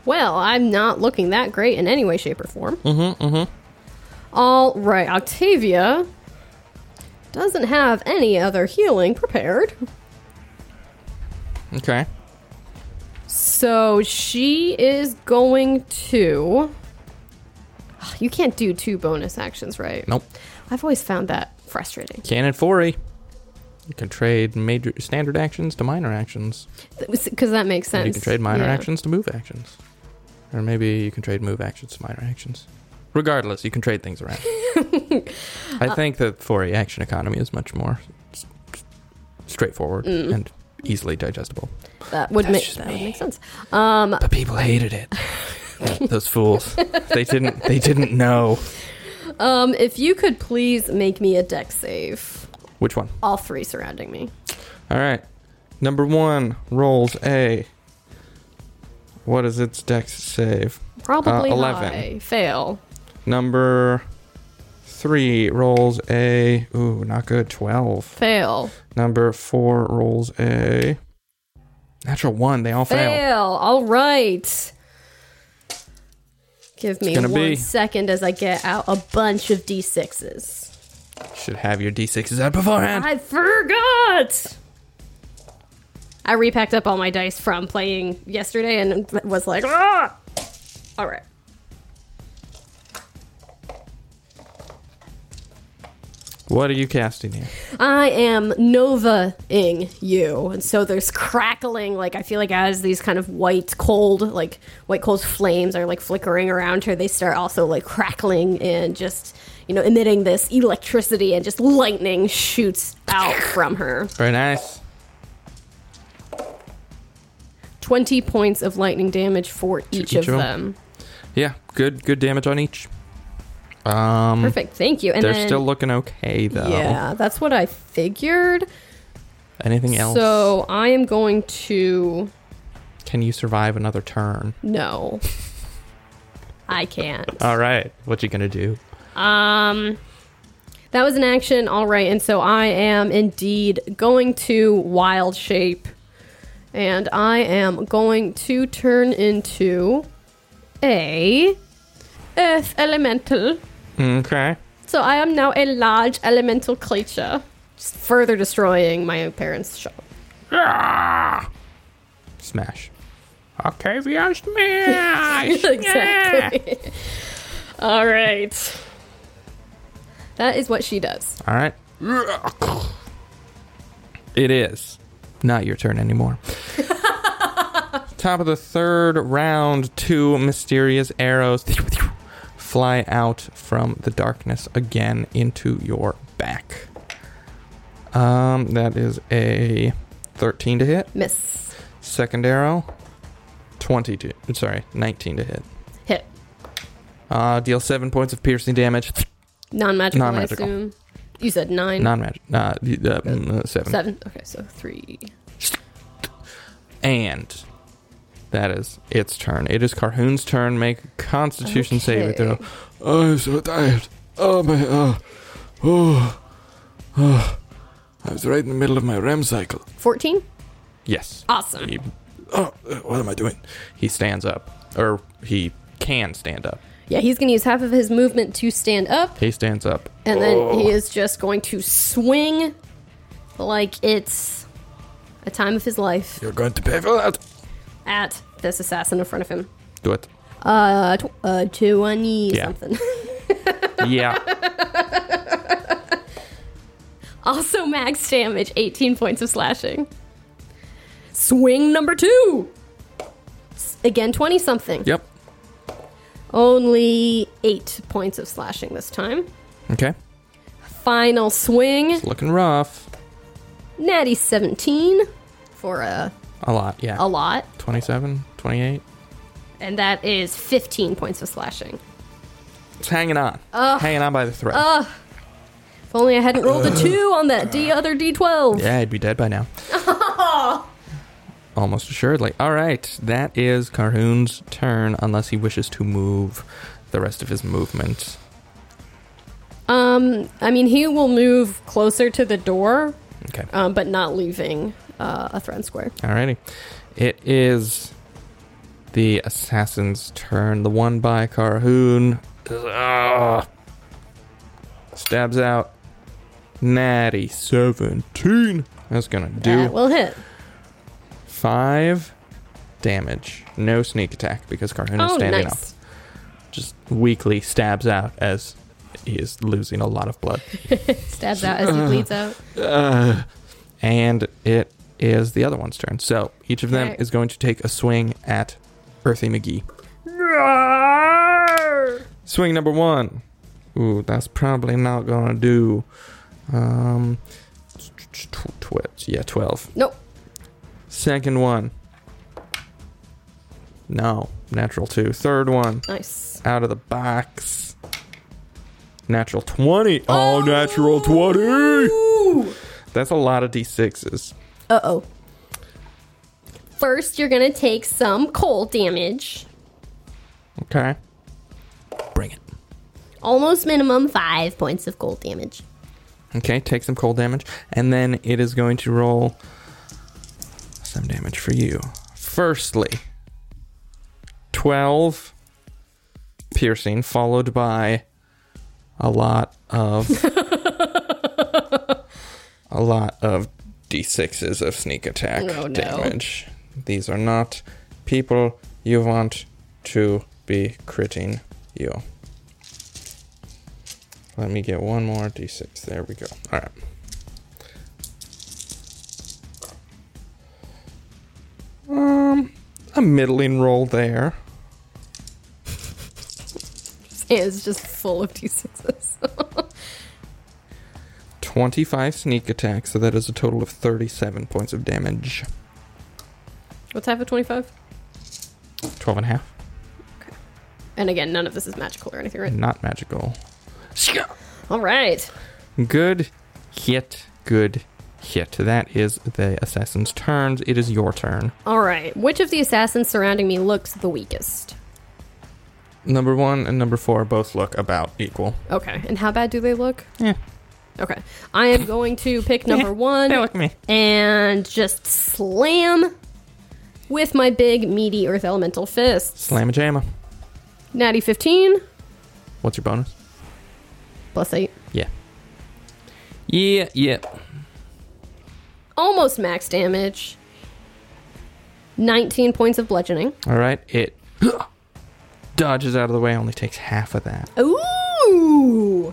Speaker 2: Well, I'm not looking that great in any way, shape, or form.
Speaker 1: Mm-hmm, mm-hmm.
Speaker 2: All right, Octavia doesn't have any other healing prepared.
Speaker 1: Okay.
Speaker 2: So she is going to. You can't do two bonus actions, right?
Speaker 1: Nope.
Speaker 2: I've always found that frustrating.
Speaker 1: Cannon 4 You can trade major standard actions to minor actions.
Speaker 2: Because that makes sense.
Speaker 1: You can trade minor
Speaker 2: Yeah.
Speaker 1: actions to move actions. Or maybe you can trade move actions to minor actions. Regardless, you can trade things around.
Speaker 2: Uh,
Speaker 1: I think that for a action economy is much more s- s- straightforward
Speaker 2: Mm.
Speaker 1: and easily digestible.
Speaker 2: That would
Speaker 4: That's
Speaker 2: make
Speaker 4: just
Speaker 2: that
Speaker 4: me.
Speaker 2: would make sense. Um,
Speaker 4: But people hated it.
Speaker 1: Those fools. they didn't they didn't know.
Speaker 2: um, if you could please make me a deck save,
Speaker 1: Which one?
Speaker 2: all three surrounding me.
Speaker 1: All right. Number 1 rolls A. What is its dex save?
Speaker 2: Probably
Speaker 1: 11.
Speaker 2: high. fail.
Speaker 1: Number 3 rolls A. Ooh, not good. 12.
Speaker 2: Fail.
Speaker 1: Number four rolls a natural one. They all fail.
Speaker 2: Fail. All right. Give me
Speaker 1: gonna
Speaker 2: one second
Speaker 1: be-
Speaker 2: as I get out a bunch of d6s.
Speaker 1: Should have your d6s out beforehand.
Speaker 2: I forgot. I repacked up all my dice from playing yesterday and was like, ah! All right.
Speaker 1: What are you casting here?
Speaker 2: I am Nova-ing you. And so there's crackling, like, I feel like as these kind of white, cold, like, white, cold flames are, like, flickering around her, they start also, like, crackling and just, you know, emitting this electricity and just lightning shoots out from her.
Speaker 1: Very nice.
Speaker 2: 20 points of lightning damage for
Speaker 1: each
Speaker 2: each, of
Speaker 1: of 'em.
Speaker 2: them.
Speaker 1: Yeah, good good damage on each. Um,
Speaker 2: Perfect. Thank you. And
Speaker 1: they're
Speaker 2: then,
Speaker 1: still looking okay though.
Speaker 2: Yeah, that's what I figured.
Speaker 1: Anything else?
Speaker 2: So I am going to.
Speaker 1: can you survive another turn?
Speaker 2: No. I can't.
Speaker 1: All right. What you gonna do?
Speaker 2: Um, that was an action, all right. And so I am indeed going to wild shape, and I am going to turn into a earth elemental.
Speaker 1: Okay.
Speaker 2: So I am now a large elemental creature, just further destroying my parents' shop.
Speaker 1: Smash. Octavia Smash!
Speaker 2: exactly. All right. That is what she does.
Speaker 1: All right. It is not your turn anymore. Top of the third round, two mysterious arrows fly out from the darkness again into your back. Um, that is a 13 to hit.
Speaker 2: Miss.
Speaker 1: Second arrow, 20 to, sorry, 19 to hit.
Speaker 2: Hit.
Speaker 1: Uh, deal seven points of piercing damage.
Speaker 2: Non magical, I
Speaker 1: Non-magical.
Speaker 2: assume. You said nine.
Speaker 1: Non magic. Uh, the- the, mm, uh, seven.
Speaker 2: Seven. Okay, so three.
Speaker 1: And that is its turn. It is Carhoon's turn. Make a Constitution saving throw.
Speaker 2: Okay.
Speaker 3: I'm so tired. Oh my, uh, oh, oh. I was right in the middle of my REM cycle.
Speaker 2: 14?
Speaker 1: Yes.
Speaker 2: Awesome.
Speaker 1: He,
Speaker 3: Oh, uh, what am I doing?
Speaker 1: he stands up, or he can stand up.
Speaker 2: Yeah, he's going to use half of his movement to stand up,
Speaker 1: He stands up.
Speaker 2: and
Speaker 1: Oh.
Speaker 2: then he is just going to swing like it's a time of his life
Speaker 3: You're going to pay for that.
Speaker 2: at this assassin in front of him.
Speaker 1: Do it.
Speaker 2: Uh, tw- uh 20
Speaker 1: Yeah.
Speaker 2: something.
Speaker 1: Yeah.
Speaker 2: also, max damage, 18 points of slashing. Swing number two. S- Again, 20 something.
Speaker 1: yep.
Speaker 2: Only eight points of slashing this time.
Speaker 1: Okay.
Speaker 2: Final swing.
Speaker 1: It's looking rough.
Speaker 2: Natty 17 for a,
Speaker 1: A lot. Yeah.
Speaker 2: a lot.
Speaker 1: 27, 28.
Speaker 2: And that is 15 points of slashing.
Speaker 1: It's hanging on. hanging on by the thread.
Speaker 2: If only I hadn't rolled a 2 on that D other D12.
Speaker 1: Yeah, I'd be dead by now. Almost assuredly. All right, that is Carhoon's turn, unless he wishes to move the rest of his movement.
Speaker 2: Um, I mean, he will move closer to the door,
Speaker 1: Okay.
Speaker 2: um, but not leaving uh, a threat square.
Speaker 1: Alrighty. It is the assassin's turn. The one by Carhoon. Ugh. Stabs out. Natty 17. That's gonna do.
Speaker 2: That will hit.
Speaker 1: Five damage. No sneak attack because Carhoon is
Speaker 2: oh,
Speaker 1: standing up.
Speaker 2: nice.
Speaker 1: just weakly stabs out as he is losing a lot of blood.
Speaker 2: Stabs out as he bleeds out.
Speaker 3: Uh,
Speaker 1: And it is the other one's turn. So each of them
Speaker 2: Okay.
Speaker 1: is going to take a swing at Earthy McGee. Swing number one. Ooh, that's probably not gonna do. Um, tw- tw- yeah, twelve.
Speaker 2: Nope.
Speaker 1: Second one. No, natural two. Third one.
Speaker 2: Nice.
Speaker 1: out of the box. Natural 20. Oh, natural 20.
Speaker 2: Ooh.
Speaker 1: That's a lot of d6s.
Speaker 2: Uh oh. First, you're going to take some cold damage.
Speaker 1: Okay.
Speaker 4: Bring it.
Speaker 2: Almost minimum five points of cold damage.
Speaker 1: Okay, take some cold damage. And then it is going to roll some damage for you. Firstly, 12 piercing, followed by a lot of. a lot of d6s of sneak attack
Speaker 2: Oh, no.
Speaker 1: damage. These are not people you want to be critting you. Let me get one more d6. There we go. All right. Um, a middling roll there.
Speaker 2: It's just full of d6s.
Speaker 1: 25 sneak attack, so that is a total of 37 points of damage.
Speaker 2: What type of 25?
Speaker 1: 12 and a half.
Speaker 2: And again, none of this is magical or anything, right?
Speaker 1: Not magical.
Speaker 2: All right.
Speaker 1: Good hit. Good hit. That is the assassin's turns. It is your turn.
Speaker 2: All right. Which of the assassins surrounding me looks the weakest?
Speaker 1: Number one and number four both look about equal.
Speaker 2: Okay. And how bad do they look?
Speaker 1: Yeah.
Speaker 2: Okay. I am going to pick number one
Speaker 1: Hey, look at me.
Speaker 2: and just slam with my big, meaty Earth Elemental fist.
Speaker 1: Slam a jamma.
Speaker 2: Natty 15
Speaker 1: What's your bonus?
Speaker 2: plus 8.
Speaker 1: Yeah. Yeah, yeah.
Speaker 2: Almost max damage. 19 points of bludgeoning.
Speaker 1: All right, it dodges out of the way. Only takes half of that.
Speaker 2: Ooh!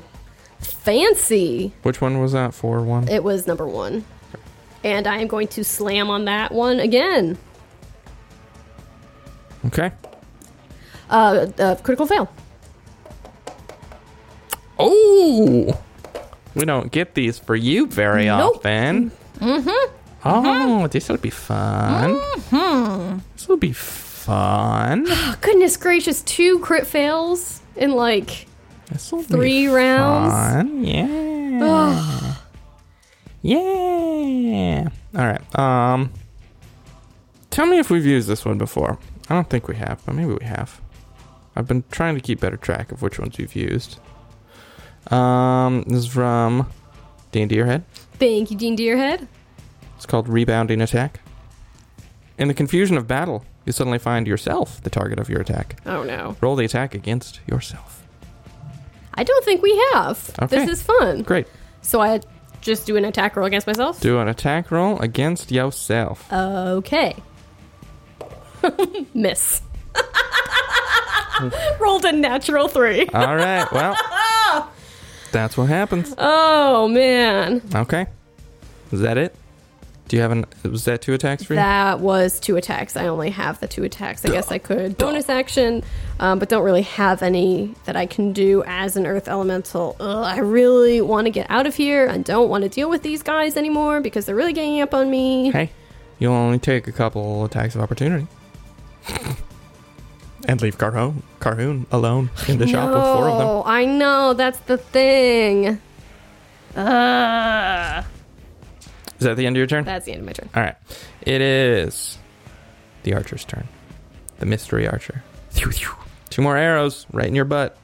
Speaker 2: Fancy!
Speaker 1: Which one was that? Four one.
Speaker 2: It was number one. And I am going to slam on that one again.
Speaker 1: Okay.
Speaker 2: Uh, uh, critical fail.
Speaker 1: Oh, we don't get these for you very
Speaker 2: Nope.
Speaker 1: often. Mm-hmm. Oh, this will be fun. Mm-hmm. This will be fun.
Speaker 2: Oh, goodness gracious, two crit fails in like.
Speaker 1: This will
Speaker 2: Three rounds.
Speaker 1: Fun. Yeah. Yeah. All right. Um. Tell me if we've used this one before. I don't think we have, but maybe we have. I've been trying to keep better track of which ones we've used. Um, this is from D and D Head.
Speaker 2: Thank you, Dean Deerhead.
Speaker 1: It's called rebounding attack. In the confusion of battle, you suddenly find yourself the target of your attack.
Speaker 2: Oh no.
Speaker 1: Roll the attack against yourself.
Speaker 2: I don't think we have.
Speaker 1: Okay.
Speaker 2: This is fun.
Speaker 1: Great.
Speaker 2: So I just do an attack roll against myself?
Speaker 1: Do an attack roll against yourself.
Speaker 2: Okay. Miss. Rolled a natural three.
Speaker 1: All right. Well, that's what happens.
Speaker 2: Oh man.
Speaker 1: Okay. Is that it? Do you have an? Was that two attacks for you?
Speaker 2: That was two attacks. I only have the two attacks. I guess I could bonus action, um, but don't really have any that I can do as an Earth Elemental. Ugh, I really want to get out of here. I don't want to deal with these guys anymore because they're really ganging up on me.
Speaker 1: hey, you'll only take a couple attacks of opportunity. and leave Carhoon, Carhoon alone in the shop with four of them.
Speaker 2: No, I know that's the thing. Ugh.
Speaker 1: Is that the end of your turn?
Speaker 2: That's the end of my turn.
Speaker 1: All right. It is the archer's turn. The mystery archer. Two more arrows right in your butt.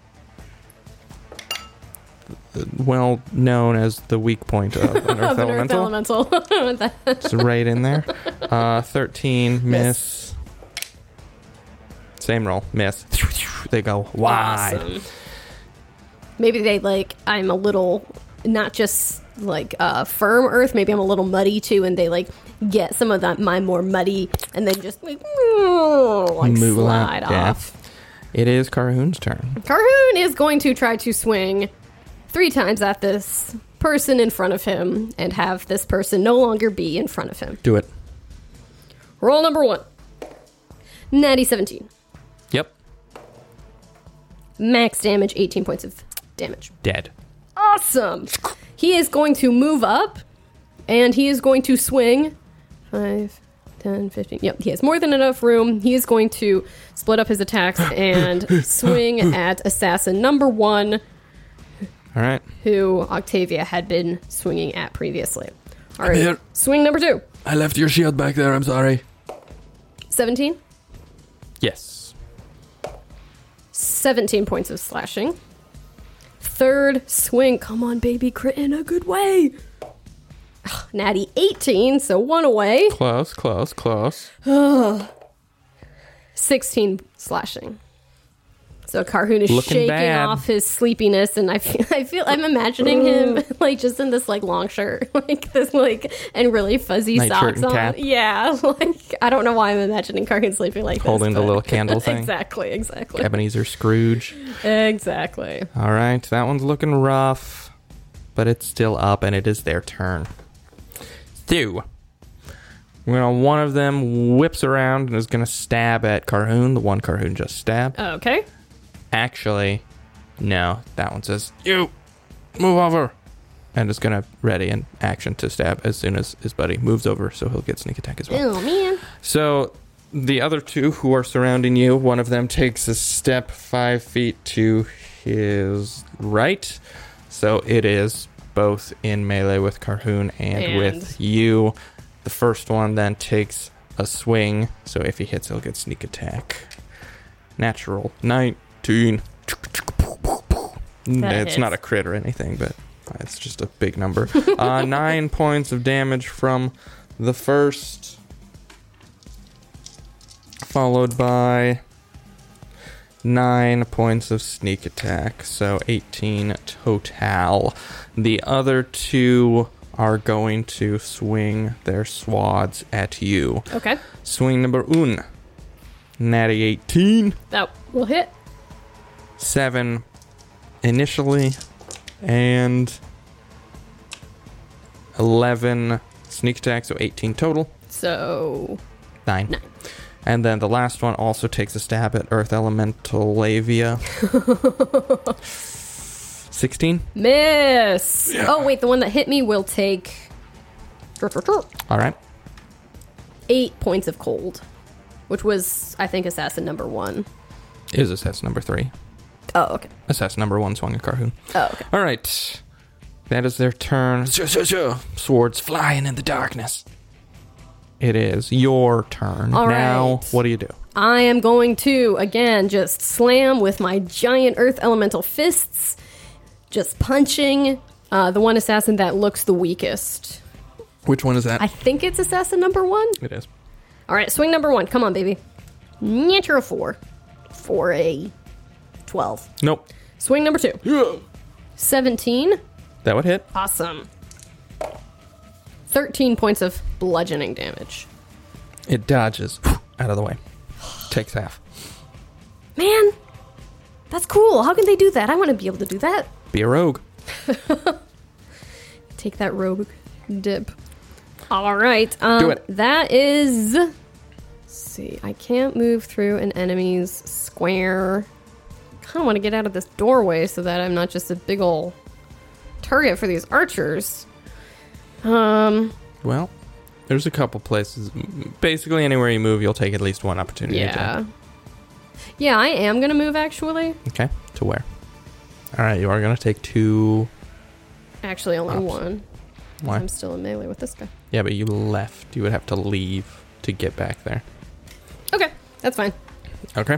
Speaker 1: Well known as the weak point of an earth
Speaker 2: Of an Earth
Speaker 1: elemental.
Speaker 2: Elemental. That-
Speaker 1: It's right in there. Uh, 13, miss.
Speaker 2: Miss.
Speaker 1: Same roll, miss. They go wide.
Speaker 2: Awesome. Maybe they like I'm a little not just like uh, firm earth. Maybe I'm a little muddy too, and they like get some of that my more muddy, and then just like, like
Speaker 1: Move along.
Speaker 2: slide
Speaker 1: Yeah.
Speaker 2: off.
Speaker 1: It is Carhoon's turn.
Speaker 2: Carhoon is going to try to swing three times at this person in front of him, and have this person no longer be in front of him.
Speaker 1: Do it.
Speaker 2: Roll number one. Natty 17.
Speaker 1: Yep.
Speaker 2: Max damage, 18 points of damage.
Speaker 1: Dead.
Speaker 2: Awesome. He is going to move up and he is going to swing 5, 10, 15. Yep, he has more than enough room. He is going to split up his attacks and swing at assassin number one,
Speaker 1: All right.
Speaker 2: who Octavia had been swinging at previously. All
Speaker 3: Here.
Speaker 2: right, swing number two.
Speaker 3: I left your shield back there. I'm sorry.
Speaker 2: 17.
Speaker 1: Yes.
Speaker 2: 17 points of slashing. Third swing. Come on, baby. Crit in a good way. Ugh, Natty 18, so one away.
Speaker 1: Close, close, close.
Speaker 2: 16 slashing. So Carhoon is
Speaker 1: Looking
Speaker 2: shaking
Speaker 1: bad.
Speaker 2: off his sleepiness, and I feel, I feel, I'm imagining him like just in this like long shirt, like this like and really fuzzy
Speaker 1: Night shirt
Speaker 2: socks
Speaker 1: and
Speaker 2: on.
Speaker 1: cap.
Speaker 2: Yeah, like I don't know why I'm imagining Carhoon sleeping like
Speaker 1: Holding
Speaker 2: this,
Speaker 1: the
Speaker 2: but-
Speaker 1: little candle thing.
Speaker 2: exactly, exactly,
Speaker 1: Ebenezer Scrooge.
Speaker 2: exactly.
Speaker 1: All right. That one's looking rough, but it's still up and it is their turn. Two. Well, one of them whips around and is going to stab at Carhoon, the one Carhoon just stabbed.
Speaker 2: Okay.
Speaker 1: Actually, no. That one says, You, move over. And is going to ready an action to stab as soon as his buddy moves over, so he'll get sneak attack as well.
Speaker 2: Oh man.
Speaker 1: So the other two who are surrounding you, one of them takes a step five feet to his right. So it is both in melee with Carhoon and,
Speaker 2: And-
Speaker 1: with you. The first one then takes a swing. So if he hits, he'll get sneak attack. Natural 19. it's
Speaker 2: hits.
Speaker 1: not a crit or anything, but it's just a big number. uh, nine points of damage from the first followed by nine points of sneak attack, so 18 total. The other two are going to swing their swads at you.
Speaker 2: Okay.
Speaker 1: Swing number one. Natty 18.
Speaker 2: That will hit.
Speaker 1: 7 initially. And 11 sneak attack, so 18 total.
Speaker 2: So
Speaker 1: Nine.
Speaker 2: Nine.
Speaker 1: And then the last one also takes a stab at Earth Elemental Lavia. 16.
Speaker 2: miss. Oh wait, the one that hit me will take
Speaker 1: All right.
Speaker 2: eight points of cold, which was I think assassin number one.
Speaker 1: Is assess number three.
Speaker 2: Oh okay.
Speaker 1: Assess number one, swung at Carhoon.
Speaker 2: Oh okay.
Speaker 1: All right. That is their turn.
Speaker 4: Sure, sure, sure.
Speaker 1: Swords
Speaker 4: Flying in the darkness.
Speaker 1: It is your turn.
Speaker 2: All
Speaker 1: now,
Speaker 2: right.
Speaker 1: what do you do?
Speaker 2: I am going to again just slam with my giant earth elemental fists, just punching uh, the one assassin that looks the weakest.
Speaker 1: Which one is that?
Speaker 2: I think it's assassin number one.
Speaker 1: it is.
Speaker 2: All right, swing number one. Come on, baby. Natural four for a 12.
Speaker 1: Nope.
Speaker 2: Swing number two. 17.
Speaker 1: That would hit.
Speaker 2: Awesome. 13 points of bludgeoning damage.
Speaker 1: It dodges out of the way. Takes half.
Speaker 2: Man, that's cool. How can they do that? I want to be able to do that.
Speaker 1: Be a rogue.
Speaker 2: Take that rogue dip. All right. Um,
Speaker 1: Do it.
Speaker 2: That is- let's see, I can't move through an enemy's square. kind of want to get out of this doorway so that I'm not just a big ol' target for these archers. Um.
Speaker 1: Well, there's a couple places. Basically, anywhere you move, you'll take at least one opportunity attack.
Speaker 2: Yeah. Yeah, I am gonna move actually.
Speaker 1: Okay, to where? All right, you are going to take two.
Speaker 2: Actually, only
Speaker 1: Ops.
Speaker 2: one.
Speaker 1: Why?
Speaker 2: I'm still in melee with this guy.
Speaker 1: Yeah, but you left. You would have to leave to get back there.
Speaker 2: Okay, that's fine.
Speaker 1: Okay.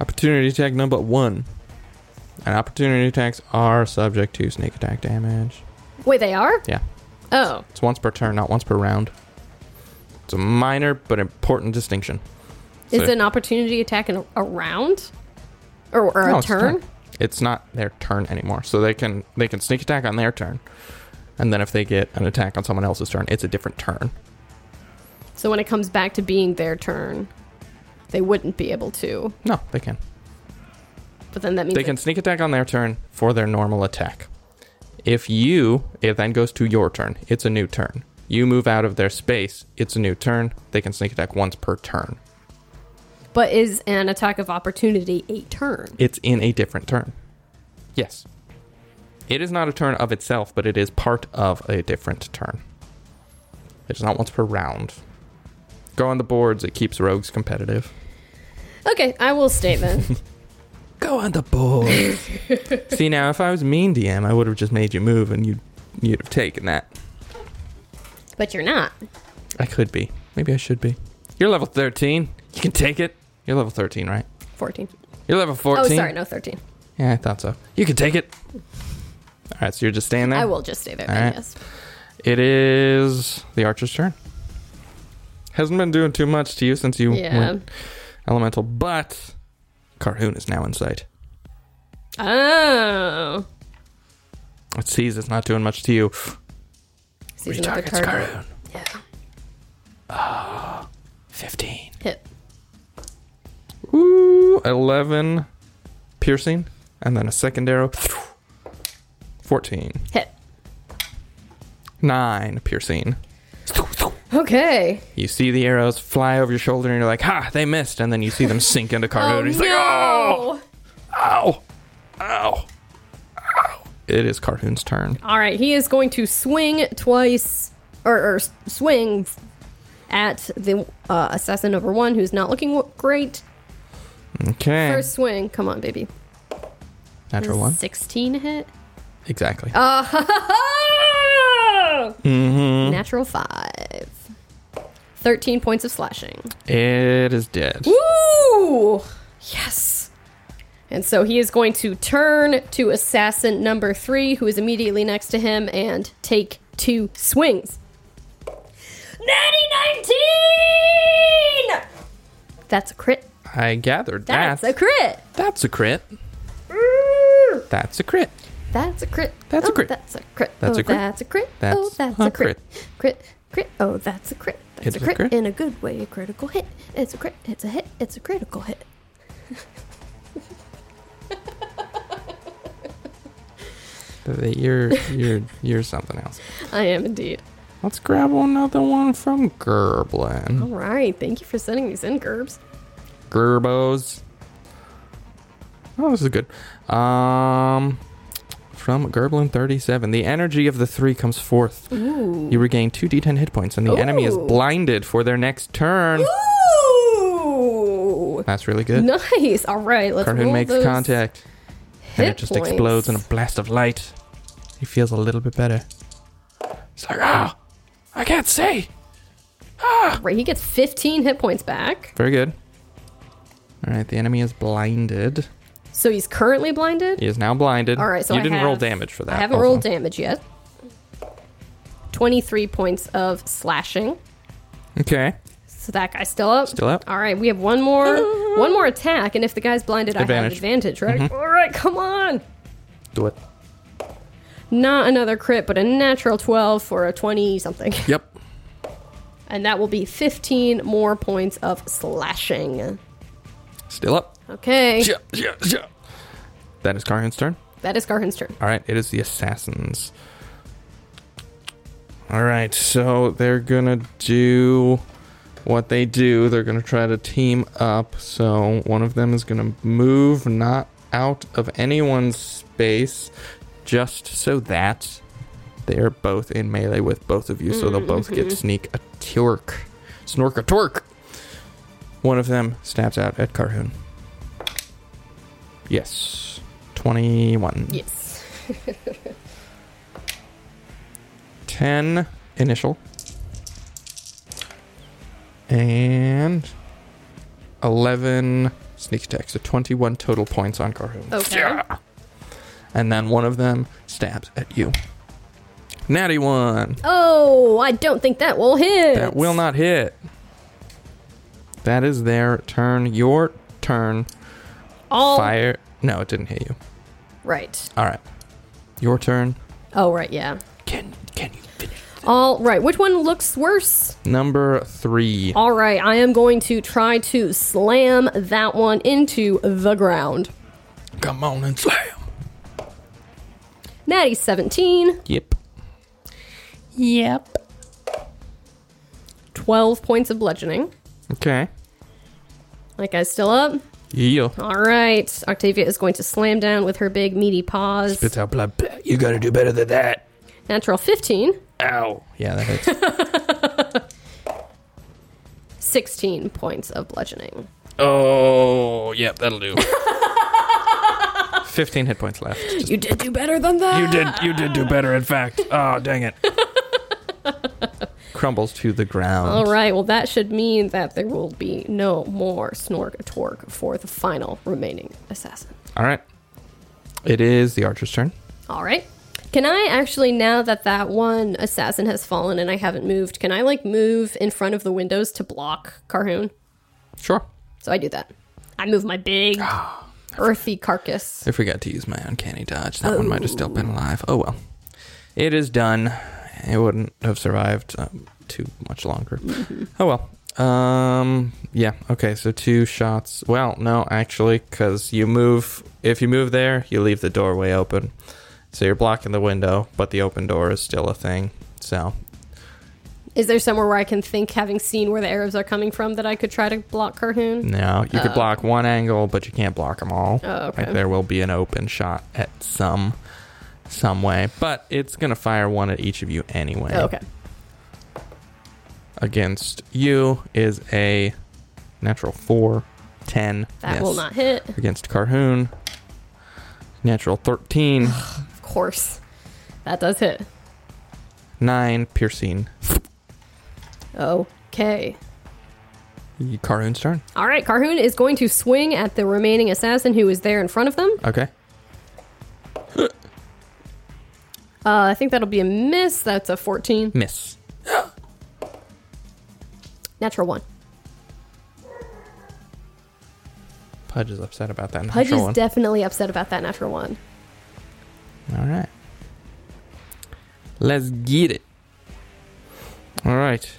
Speaker 1: Opportunity attack number one. And opportunity attacks are subject to sneak attack damage.
Speaker 2: Wait, they are?
Speaker 1: Yeah.
Speaker 2: Oh,
Speaker 1: It's once per turn, not once per round. It's a minor but important distinction.
Speaker 2: is
Speaker 1: So-
Speaker 2: an opportunity attack in a round, or, or
Speaker 1: No,
Speaker 2: a
Speaker 1: it's a turn.
Speaker 2: turn?
Speaker 1: It's not their turn anymore, so they can they can sneak attack on their turn, and then if they get an attack on someone else's turn, it's a different turn.
Speaker 2: So when it comes back to being their turn, they wouldn't be able to.
Speaker 1: No, they can.
Speaker 2: But then that means
Speaker 1: They can sneak attack on their turn for their normal attack. If you, it then goes to your turn. It's a new turn. You move out of their space. It's a new turn. They can sneak attack once per turn.
Speaker 2: But is an attack of opportunity a turn?
Speaker 1: It's in a different turn. Yes. It is not a turn of itself, but it is part of a different turn. It's not once per round. Go on the boards. It keeps rogues competitive.
Speaker 2: Okay, I will stay then.
Speaker 4: Go on the board.
Speaker 1: See now, if I was mean DM, I would have just made you move, and you'd you'd have taken that.
Speaker 2: but you're not.
Speaker 1: I could be. Maybe I should be. You're level 13. You can take it. You're level 13, right?
Speaker 2: Fourteen.
Speaker 1: You're level 14.
Speaker 2: Oh, sorry, no, thirteen.
Speaker 1: Yeah, I thought so. You can take it. All right, so you're just staying there.
Speaker 2: I will just stay there.
Speaker 1: All
Speaker 2: then,
Speaker 1: right.
Speaker 2: Yes.
Speaker 1: It is the archer's turn. Hasn't been doing too much to you since you
Speaker 2: Yeah.
Speaker 1: went elemental, but Carhoon is now in sight.
Speaker 2: Oh.
Speaker 1: It sees it's not doing much to you.
Speaker 2: Sees another
Speaker 4: Targets
Speaker 2: target.
Speaker 4: Karoon.
Speaker 2: Yeah.
Speaker 4: 15.
Speaker 2: Hit.
Speaker 1: Ooh, 11 piercing, and then a second arrow. 14.
Speaker 2: Hit.
Speaker 1: 9 piercing.
Speaker 2: Okay.
Speaker 1: You see the arrows fly over your shoulder, and you're like, "Ha! They missed!" And then you see them sink into Carhoon.
Speaker 2: Oh,
Speaker 1: and he's
Speaker 2: no.
Speaker 1: like, "Oh, ow, ow, ow!" It is Carhoon's turn.
Speaker 2: All right, he is going to swing twice, or, or s- swing at the uh, assassin number one, who's not looking w- great.
Speaker 1: Okay,
Speaker 2: First swing. Come on, baby.
Speaker 1: natural one,
Speaker 2: 16 hit.
Speaker 1: exactly.
Speaker 2: Oh. Natural five. 13 points of slashing.
Speaker 1: it is dead.
Speaker 2: Woo! Yes. And so he is going to turn to assassin number three, who is immediately next to him, and take two swings. Natty 19! That's a crit.
Speaker 1: I gathered
Speaker 2: That's
Speaker 1: that.
Speaker 2: a crit.
Speaker 1: That's a crit. That's a crit.
Speaker 2: That's a crit.
Speaker 1: That's a
Speaker 2: Oh,
Speaker 1: crit.
Speaker 2: That's a crit.
Speaker 1: That's
Speaker 2: oh,
Speaker 1: a crit.
Speaker 2: That's a crit. oh,
Speaker 1: That's
Speaker 2: that's
Speaker 1: a
Speaker 2: a crit. Crit. Crit. Oh, that's a crit. That's
Speaker 1: It's
Speaker 2: a
Speaker 1: a
Speaker 2: crit.
Speaker 1: crit.
Speaker 2: In a good way, a critical hit. It's a crit. It's a hit. It's a critical hit.
Speaker 1: That You're you're you're something else.
Speaker 2: I am indeed.
Speaker 1: Let's grab another one from
Speaker 2: All Oh.
Speaker 1: Gerblin.
Speaker 2: right. Thank you for sending these in, Gerbs.
Speaker 1: Gerbos. Oh, this is good. Um, from Gerblin thirty-seven. The energy of the three comes forth.
Speaker 2: Ooh.
Speaker 1: You regain two d10 hit points, and the enemy is
Speaker 2: Mm. Ooh.
Speaker 1: blinded for their next turn.
Speaker 2: Ooh.
Speaker 1: That's really good.
Speaker 2: Nice. All right. Let's
Speaker 1: Cartoon
Speaker 2: roll
Speaker 1: makes
Speaker 2: those
Speaker 1: contact, and it
Speaker 2: hit
Speaker 1: just
Speaker 2: points.
Speaker 1: explodes in a blast of light. He feels a little bit better.
Speaker 4: It's like, ah, I can't see.
Speaker 2: Right. He gets 15 hit points back.
Speaker 1: Very good. All right, the enemy is blinded.
Speaker 2: So he's currently blinded.
Speaker 1: He is now blinded.
Speaker 2: All right, so
Speaker 1: you
Speaker 2: I
Speaker 1: didn't roll
Speaker 2: have-
Speaker 1: damage for that.
Speaker 2: I haven't
Speaker 1: also.
Speaker 2: rolled damage yet. 23 points of slashing.
Speaker 1: Okay,
Speaker 2: So that guy's still up.
Speaker 1: Still up.
Speaker 2: All right, we have one more one more attack, and if the guy's blinded, I have
Speaker 1: Advantage. Mm-hmm.
Speaker 2: advantage, right? All right, come on.
Speaker 1: do it.
Speaker 2: Not another crit, but a natural 12 for a 20 something.
Speaker 1: Yep.
Speaker 2: And that will be 15 more points of slashing.
Speaker 1: Still up.
Speaker 2: Okay.
Speaker 1: Yeah, yeah, yeah. That is Carhan's turn.
Speaker 2: That is Garhan's turn.
Speaker 1: All right, it is the assassins. All right, so they're gonna do what they do. They're gonna try to team up. So one of them is gonna move not out of anyone's space, just so that they're both in melee with both of you. So they'll both get sneak a torque, snork a torque. One of them snaps out at Carhoon. Yes, twenty-one.
Speaker 2: Yes.
Speaker 1: 10 initial and 11 sneak attack so 21 total points on Carhoon
Speaker 4: Oh.
Speaker 2: Okay.
Speaker 1: and then one of them stabs at you natty one
Speaker 2: Oh, I don't think that will hit.
Speaker 1: that will not hit that is their turn your turn
Speaker 4: Oh.
Speaker 2: All right.
Speaker 1: fire no it didn't hit you all right your turn
Speaker 2: Oh, right, yeah.
Speaker 4: Can can you finish?
Speaker 2: All right. Which one looks worse?
Speaker 1: number 3
Speaker 4: Oh.
Speaker 2: All right, I am going to try to slam that one into the ground.
Speaker 1: come on and slam
Speaker 2: Natty 17,
Speaker 1: yep
Speaker 4: Yep.
Speaker 2: 12 points of bludgeoning.
Speaker 1: okay
Speaker 2: That guy's still up.
Speaker 1: yeah
Speaker 2: All right, Octavia is going to slam down with her big meaty paws.
Speaker 1: Spits out blood.
Speaker 4: You gotta do better than that.
Speaker 2: Natural 15,
Speaker 4: Ow.
Speaker 1: Yeah, that hits.
Speaker 2: 16 points of bludgeoning.
Speaker 4: Oh, yep, that'll do.
Speaker 1: 15 hit points left. Just-
Speaker 2: You did do better than that.
Speaker 4: you did you did do better. In fact. Oh, dang it.
Speaker 1: crumbles to the ground.
Speaker 2: All right, well, that should mean that there will be no more Snork Torque for the final remaining assassin.
Speaker 1: All right. It is the archer's turn.
Speaker 2: All right. Can I actually now that that one assassin has fallen and I haven't moved? Can I like move in front of the windows to block Carhoon?
Speaker 1: Sure.
Speaker 2: So I do that. I move my big
Speaker 4: Ah,
Speaker 2: earthy carcass.
Speaker 1: I forgot to use my uncanny dodge. That one might have still been alive. Oh well. It is done. It wouldn't have survived um, too much longer. Oh well. Um. Yeah. Okay. So two shots. Well, no, actually, because you move. If you move there, you leave the doorway open. So you're blocking the window, but the open door is still a thing. So
Speaker 2: Is there somewhere where I can think, having seen where the arrows are coming from, that I could try to block Carhoon?
Speaker 1: No, you could block one angle, but you can't block them all.
Speaker 2: Um, Oh, okay.
Speaker 1: Like there will be an open shot at some some way, but it's gonna fire one at each of you anyway.
Speaker 2: Oh, okay.
Speaker 1: Against you is a natural four, 10.
Speaker 2: That
Speaker 1: yes.
Speaker 2: will not hit.
Speaker 1: Against Carhoon, natural 13,
Speaker 2: Of course. That does hit.
Speaker 1: 9, piercing.
Speaker 2: Okay.
Speaker 1: Carhoon's turn.
Speaker 2: All right, Carhoon is going to swing at the remaining assassin who is there in front of them.
Speaker 1: Okay.
Speaker 2: Uh, I think that'll be a miss. That's a 14.
Speaker 1: Miss.
Speaker 2: Natural one.
Speaker 1: Pudge is upset about that.
Speaker 2: Pudge
Speaker 1: natural
Speaker 2: is
Speaker 1: one.
Speaker 2: definitely upset about that natural one.
Speaker 1: All right. Let's get it. All right.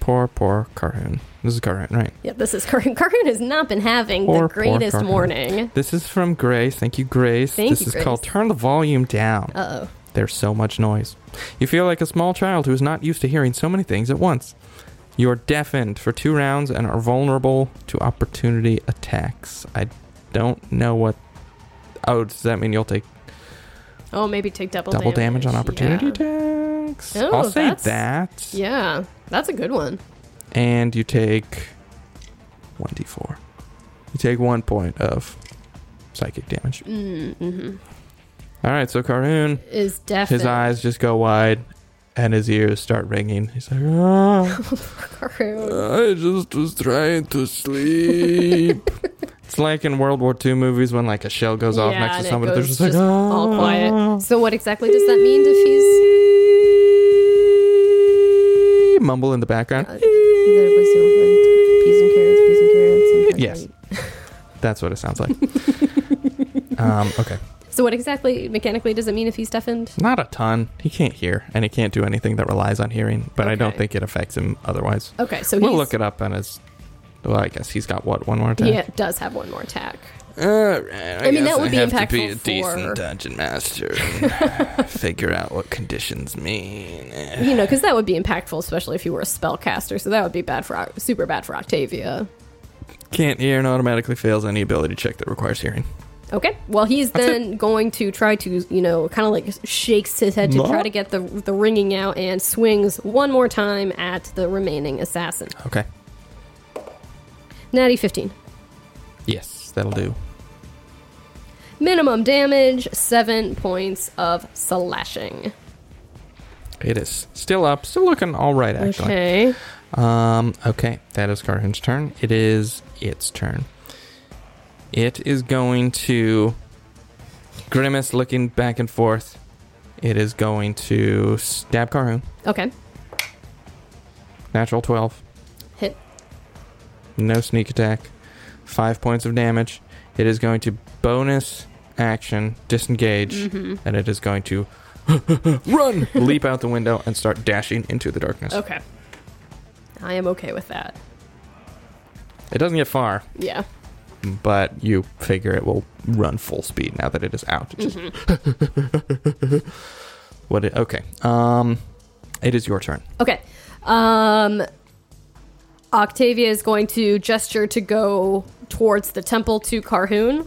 Speaker 1: Poor, poor Carhoon. This is Carhoon, right?
Speaker 2: Yep, this is Carhoon. Carhoon has not been having
Speaker 1: Poor, poor
Speaker 2: the greatest
Speaker 1: Carhoon.
Speaker 2: morning.
Speaker 1: This is from Grace. Thank you, Grace.
Speaker 2: Thank
Speaker 1: this
Speaker 2: you,
Speaker 1: is
Speaker 2: Grace.
Speaker 1: called Turn the Volume Down.
Speaker 2: Uh oh.
Speaker 1: There's so much noise. You feel like a small child who is not used to hearing so many things at once. You are deafened for two rounds and are vulnerable to opportunity attacks. I don't know what. Oh, does that mean you'll take
Speaker 2: Oh, maybe take double
Speaker 1: double damage, on
Speaker 2: Yeah.
Speaker 1: opportunity attacks?
Speaker 2: Oh,
Speaker 1: I'll say
Speaker 2: that's-
Speaker 1: that.
Speaker 2: Yeah. that's a good one.
Speaker 1: And you take 1d4. You take one point of psychic damage.
Speaker 2: Mm-hmm.
Speaker 1: All right, so Carhoon.
Speaker 2: Is deaf.
Speaker 1: His eyes just go wide and his ears start ringing. He's like, "Ah,
Speaker 2: Carhoon.
Speaker 3: I just was trying to sleep.
Speaker 1: it's like in World War II movies when like a shell goes off
Speaker 2: Yeah,
Speaker 1: next to
Speaker 2: and it
Speaker 1: somebody. They're
Speaker 2: goes
Speaker 1: just like,
Speaker 2: just
Speaker 1: "Ah."
Speaker 2: all quiet. So what exactly does that mean if he's?
Speaker 1: He mumble in the background.
Speaker 2: Uh, there was no, like, peas and carrots, peas and carrots. and peas
Speaker 1: Yes.
Speaker 2: and-
Speaker 1: That's what it sounds like. um, okay,
Speaker 2: So what exactly mechanically does it mean if he's deafened?
Speaker 1: not a ton. He can't hear and he can't do anything that relies on hearing. But I don't
Speaker 2: Okay.
Speaker 1: think it affects him otherwise.
Speaker 2: Okay, so
Speaker 1: we'll
Speaker 2: he's-
Speaker 1: look it up and it's. Well, I guess he's got what one more attack.
Speaker 2: He does have one more attack.
Speaker 1: Uh,
Speaker 3: All right, I,
Speaker 2: I mean, that
Speaker 3: guess
Speaker 2: would
Speaker 3: I
Speaker 2: be
Speaker 3: have to be
Speaker 2: impactful
Speaker 3: a decent
Speaker 2: for-
Speaker 3: dungeon master and figure out what conditions mean. Eh.
Speaker 2: You know, because that would be impactful, especially if you were a spellcaster. So that would be bad for Oc- super bad for Octavia.
Speaker 1: Can't hear and automatically fails any ability check that requires hearing.
Speaker 2: Okay. Well, he's then going to try to, you know, kind of like shakes his head to
Speaker 1: No.
Speaker 2: try to get the the ringing out and swings one more time at the remaining assassin.
Speaker 1: Okay.
Speaker 2: Natty 15.
Speaker 1: Yes, that'll do.
Speaker 2: Minimum damage, 7 points of slashing.
Speaker 1: It is still up, still looking all right actually.
Speaker 2: Okay.
Speaker 1: Um, okay, that is Carhoon's turn. It is its turn. It is going to grimace, looking back and forth. It is going to stab Carhoon.
Speaker 2: Okay.
Speaker 1: Natural twelve.
Speaker 2: Hit.
Speaker 1: No sneak attack. Five points of damage. It is going to bonus action disengage,
Speaker 2: Mm. Mm-hmm.
Speaker 1: and it is going to
Speaker 3: Run!
Speaker 1: leap out the window and start dashing into the darkness.
Speaker 2: Okay. I am okay with that.
Speaker 1: It doesn't get far,
Speaker 2: Yeah.
Speaker 1: but you figure it will run full speed now that it is out. It just- what? It, okay. Um, it is your turn.
Speaker 2: Okay. Um Octavia is going to gesture to go towards the temple to Carhoon.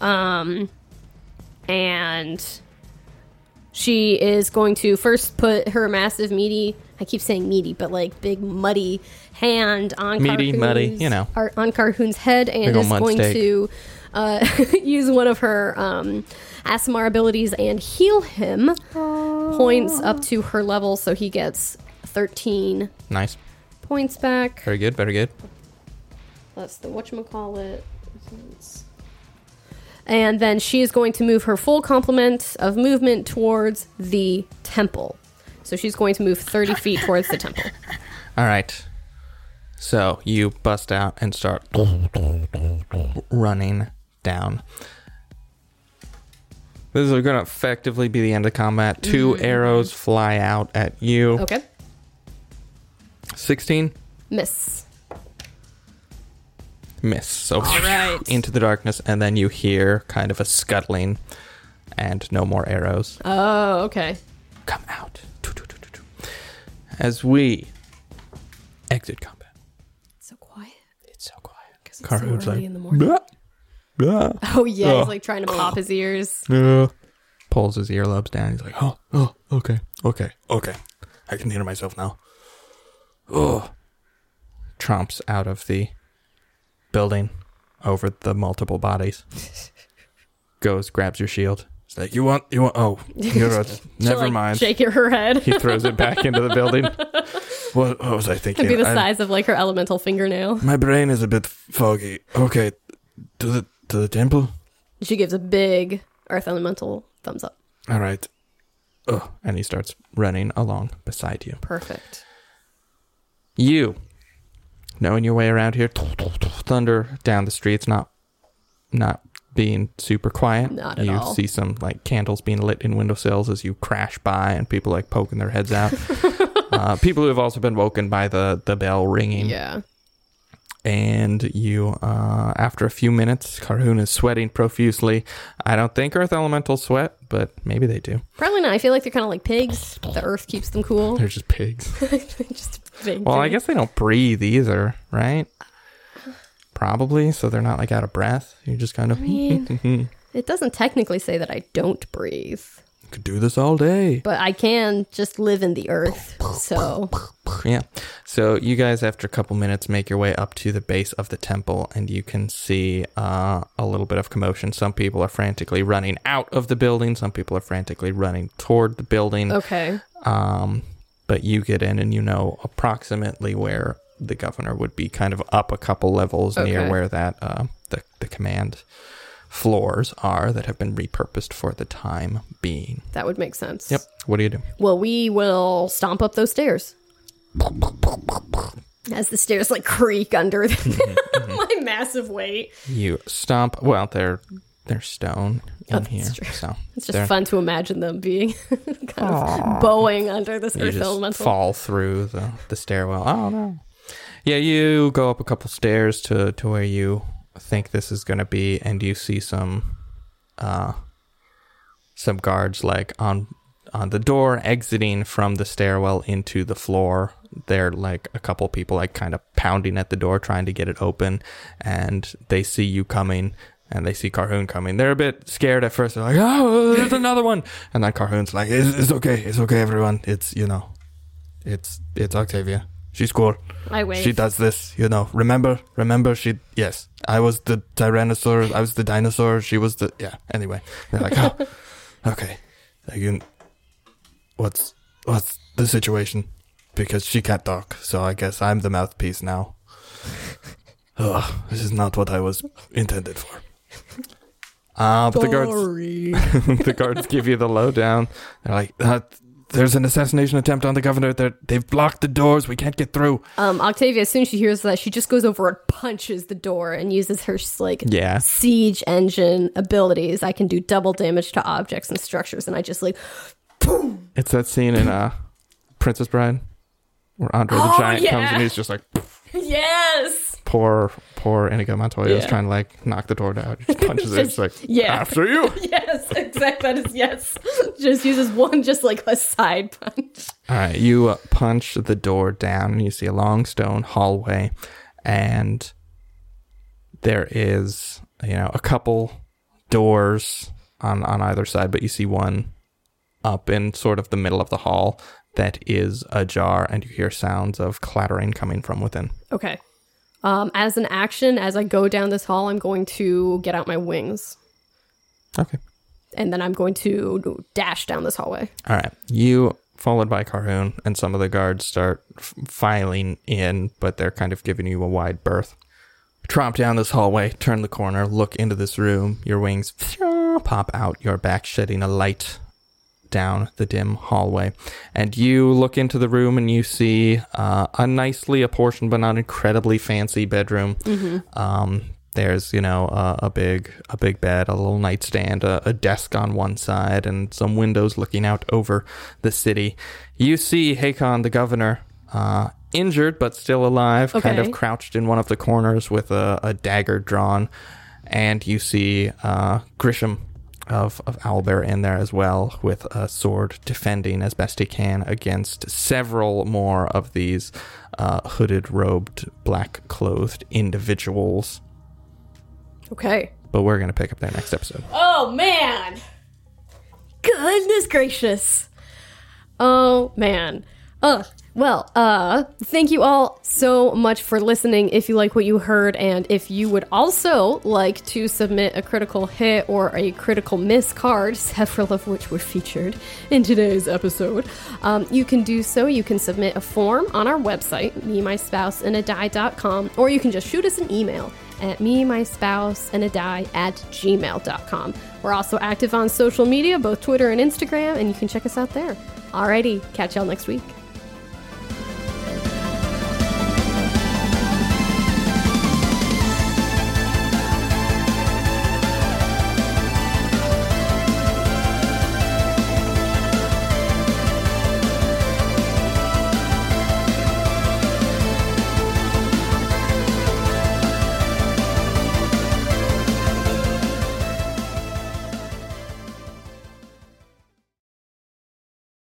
Speaker 2: Um and she is going to first put her massive meaty I keep saying meaty, but like big muddy hand on
Speaker 1: Meaty,
Speaker 2: Carhoon's,
Speaker 1: muddy, you know.
Speaker 2: ar- on Carhoon's head and
Speaker 1: Big ol'
Speaker 2: is
Speaker 1: mud
Speaker 2: going
Speaker 1: steak.
Speaker 2: to uh, use one of her um, ASMR abilities and heal him points up to her level, so he gets 13
Speaker 1: Nice.
Speaker 2: points back.
Speaker 1: Very good. Very good.
Speaker 2: That's the whatchamacallit. And then she is going to move her full complement of movement towards the temple. So she's going to move 30 feet towards the temple.
Speaker 1: All right. So you bust out and start running down. This is going to effectively be the end of combat. 2 arrows fly out at you.
Speaker 2: Okay.
Speaker 1: 16.
Speaker 2: Miss.
Speaker 1: miss. So
Speaker 2: right.
Speaker 1: into the darkness, and then you hear kind of a scuttling, and no more arrows
Speaker 2: Oh, okay.
Speaker 1: come out. Doo, doo, doo, doo, doo. As we exit combat,
Speaker 2: So quiet.
Speaker 1: it's so quiet.
Speaker 2: 'cause it's so
Speaker 1: Carhoon's
Speaker 2: early
Speaker 1: like,
Speaker 2: in the morning.
Speaker 1: "Blah, blah,
Speaker 2: Oh, yeah.
Speaker 1: Oh.
Speaker 2: He's like trying to pop his ears.
Speaker 1: blah," Pulls his earlobes down. He's like, oh,
Speaker 3: Oh, okay.
Speaker 1: okay.
Speaker 3: Okay. I can hear myself now.
Speaker 1: Tromps out of the building over the multiple bodies. Goes, grabs your shield.
Speaker 3: It's like you want you want oh you're a,
Speaker 2: She'll,
Speaker 3: never
Speaker 2: like,
Speaker 3: mind.
Speaker 2: Shake her head.
Speaker 1: He throws it back into the building.
Speaker 3: What, what was I thinking?
Speaker 2: It'd be the
Speaker 3: I-
Speaker 2: size of like her elemental fingernail.
Speaker 3: my brain is a bit foggy. Okay. To the to the temple?
Speaker 2: She gives a big earth elemental thumbs up.
Speaker 3: Alright.
Speaker 1: And he starts running along beside you.
Speaker 2: Perfect.
Speaker 1: You, knowing your way around here, thunder down the streets, not not being super quiet.
Speaker 2: Not at
Speaker 1: you
Speaker 2: all.
Speaker 1: see some like candles being lit in windowsills as you crash by and people like poking their heads out. uh, people who have also been woken by the, the bell ringing.
Speaker 2: Yeah.
Speaker 1: And you, uh, after a few minutes, Carhoon is sweating profusely. I don't think Earth Elementals sweat, but maybe they do.
Speaker 2: Probably not. I feel like they're kind of like pigs. The earth keeps them cool.
Speaker 1: They're just pigs.
Speaker 2: Just big
Speaker 1: Well, I
Speaker 2: drink.
Speaker 1: guess they don't breathe either, right? Probably, so they're not like out of breath. You're just kind of
Speaker 2: I mean, it doesn't technically say that I don't breathe,
Speaker 1: could do this all day.
Speaker 2: but I can just live in the earth. So
Speaker 1: Yeah. So you guys, after a couple minutes, make your way up to the base of the temple, and you can see uh, a little bit of commotion. Some people are frantically running out of the building. Some people are frantically running toward the building.
Speaker 2: okay,
Speaker 1: Um, but you get in, and you know approximately where the governor would be, kind of up a couple levels near
Speaker 2: Okay.
Speaker 1: where that uh, the the command floors are that have been repurposed for the time being.
Speaker 2: that would make sense.
Speaker 1: Yep. What do you do?
Speaker 2: Well, we will stomp up those stairs. As the stairs like creak under my massive weight.
Speaker 1: You stomp. Well, they're they're stone in
Speaker 2: that's
Speaker 1: here,
Speaker 2: true.
Speaker 1: so
Speaker 2: It's just
Speaker 1: they're-
Speaker 2: fun to imagine them being kind of bowing under this
Speaker 1: you
Speaker 2: earth
Speaker 1: just
Speaker 2: elemental.
Speaker 1: fall through the, the stairwell. Oh no! Yeah, you go up a couple stairs to to where you think this is going to be, and you see some uh some guards like on on the door exiting from the stairwell into the floor. They're like a couple people like kind of pounding at the door trying to get it open and they see you coming and they see Carhoon coming. They're a bit scared at first. They're like, "Oh, there's another one." And then Carhoon's like, "It's, it's okay. It's okay, everyone. It's, you know, it's it's Octavia. She's cool.
Speaker 2: I wave.
Speaker 3: She does this, you know. Remember, remember. She yes, I was the tyrannosaur. I was the dinosaur. She was the yeah. Anyway, they're like, oh, okay. I can. What's what's the situation? Because she can't talk, so I guess I'm the mouthpiece now. Ugh, this is not what I was intended for.
Speaker 1: Uh, but the guards the guards give you the lowdown.
Speaker 3: They're like, uh, there's an assassination attempt on the governor. They're, they've blocked the doors. We can't get through.
Speaker 2: Um, Octavia, as soon as she hears that, she just goes over and punches the door and uses her like
Speaker 1: Yeah.
Speaker 2: siege engine abilities. I can do double damage to objects and structures, and I just like, boom.
Speaker 1: It's that scene in uh, Princess Bride where Andre the
Speaker 2: Oh,
Speaker 1: Giant comes
Speaker 2: yeah.
Speaker 1: and he's just like,
Speaker 2: yes,
Speaker 1: poor, poor Inigo Montoya is
Speaker 2: Yeah.
Speaker 1: trying to like knock the door down. He just punches it. It's like,
Speaker 2: yeah.
Speaker 1: after you.
Speaker 2: yes, exactly. That is yes. Just uses one, just like a side punch.
Speaker 1: All right, you uh, punch the door down, and you see a long stone hallway, and there is you know a couple doors on on either side, but you see one up in sort of the middle of the hall that is ajar, and you hear sounds of clattering coming from within.
Speaker 2: Okay. Um, as an action, as I go down this hall, I'm going to get out my wings,
Speaker 1: Okay.
Speaker 2: and then I'm going to dash down this hallway.
Speaker 1: All right. You, followed by Carhoon, and some of the guards start f- filing in, but they're kind of giving you a wide berth. Tromp down this hallway, turn the corner, look into this room. Your wings pop out your back, shedding a light down the dim hallway. And you look into the room and you see uh, a nicely apportioned but not incredibly fancy bedroom. Um, there's you know a, a big a big bed, a little nightstand, a, a desk on one side, and some windows looking out over the city. You see Hakon, the governor. Uh, injured but still alive, kind of
Speaker 2: Okay.
Speaker 1: crouched in one of the corners with a, a dagger drawn, and you see uh, Grisham of, of Owlbear in there as well, with a sword defending as best he can against several more of these uh, hooded, robed, black clothed individuals.
Speaker 2: Okay.
Speaker 1: But we're going to pick up there next episode.
Speaker 2: Oh man! Goodness gracious! Oh man. Ugh. Well, uh, thank you all so much for listening. If you like what you heard, and if you would also like to submit a critical hit or a critical miss card, several of which were featured in today's episode, um, you can do so. You can submit a form on our website, me, my spouse, and a die.com, or you can just shoot us an email at me, my spouse, and a die at gmail.com. We're also active on social media, both Twitter and Instagram, and you can check us out there. Alrighty, catch y'all next week.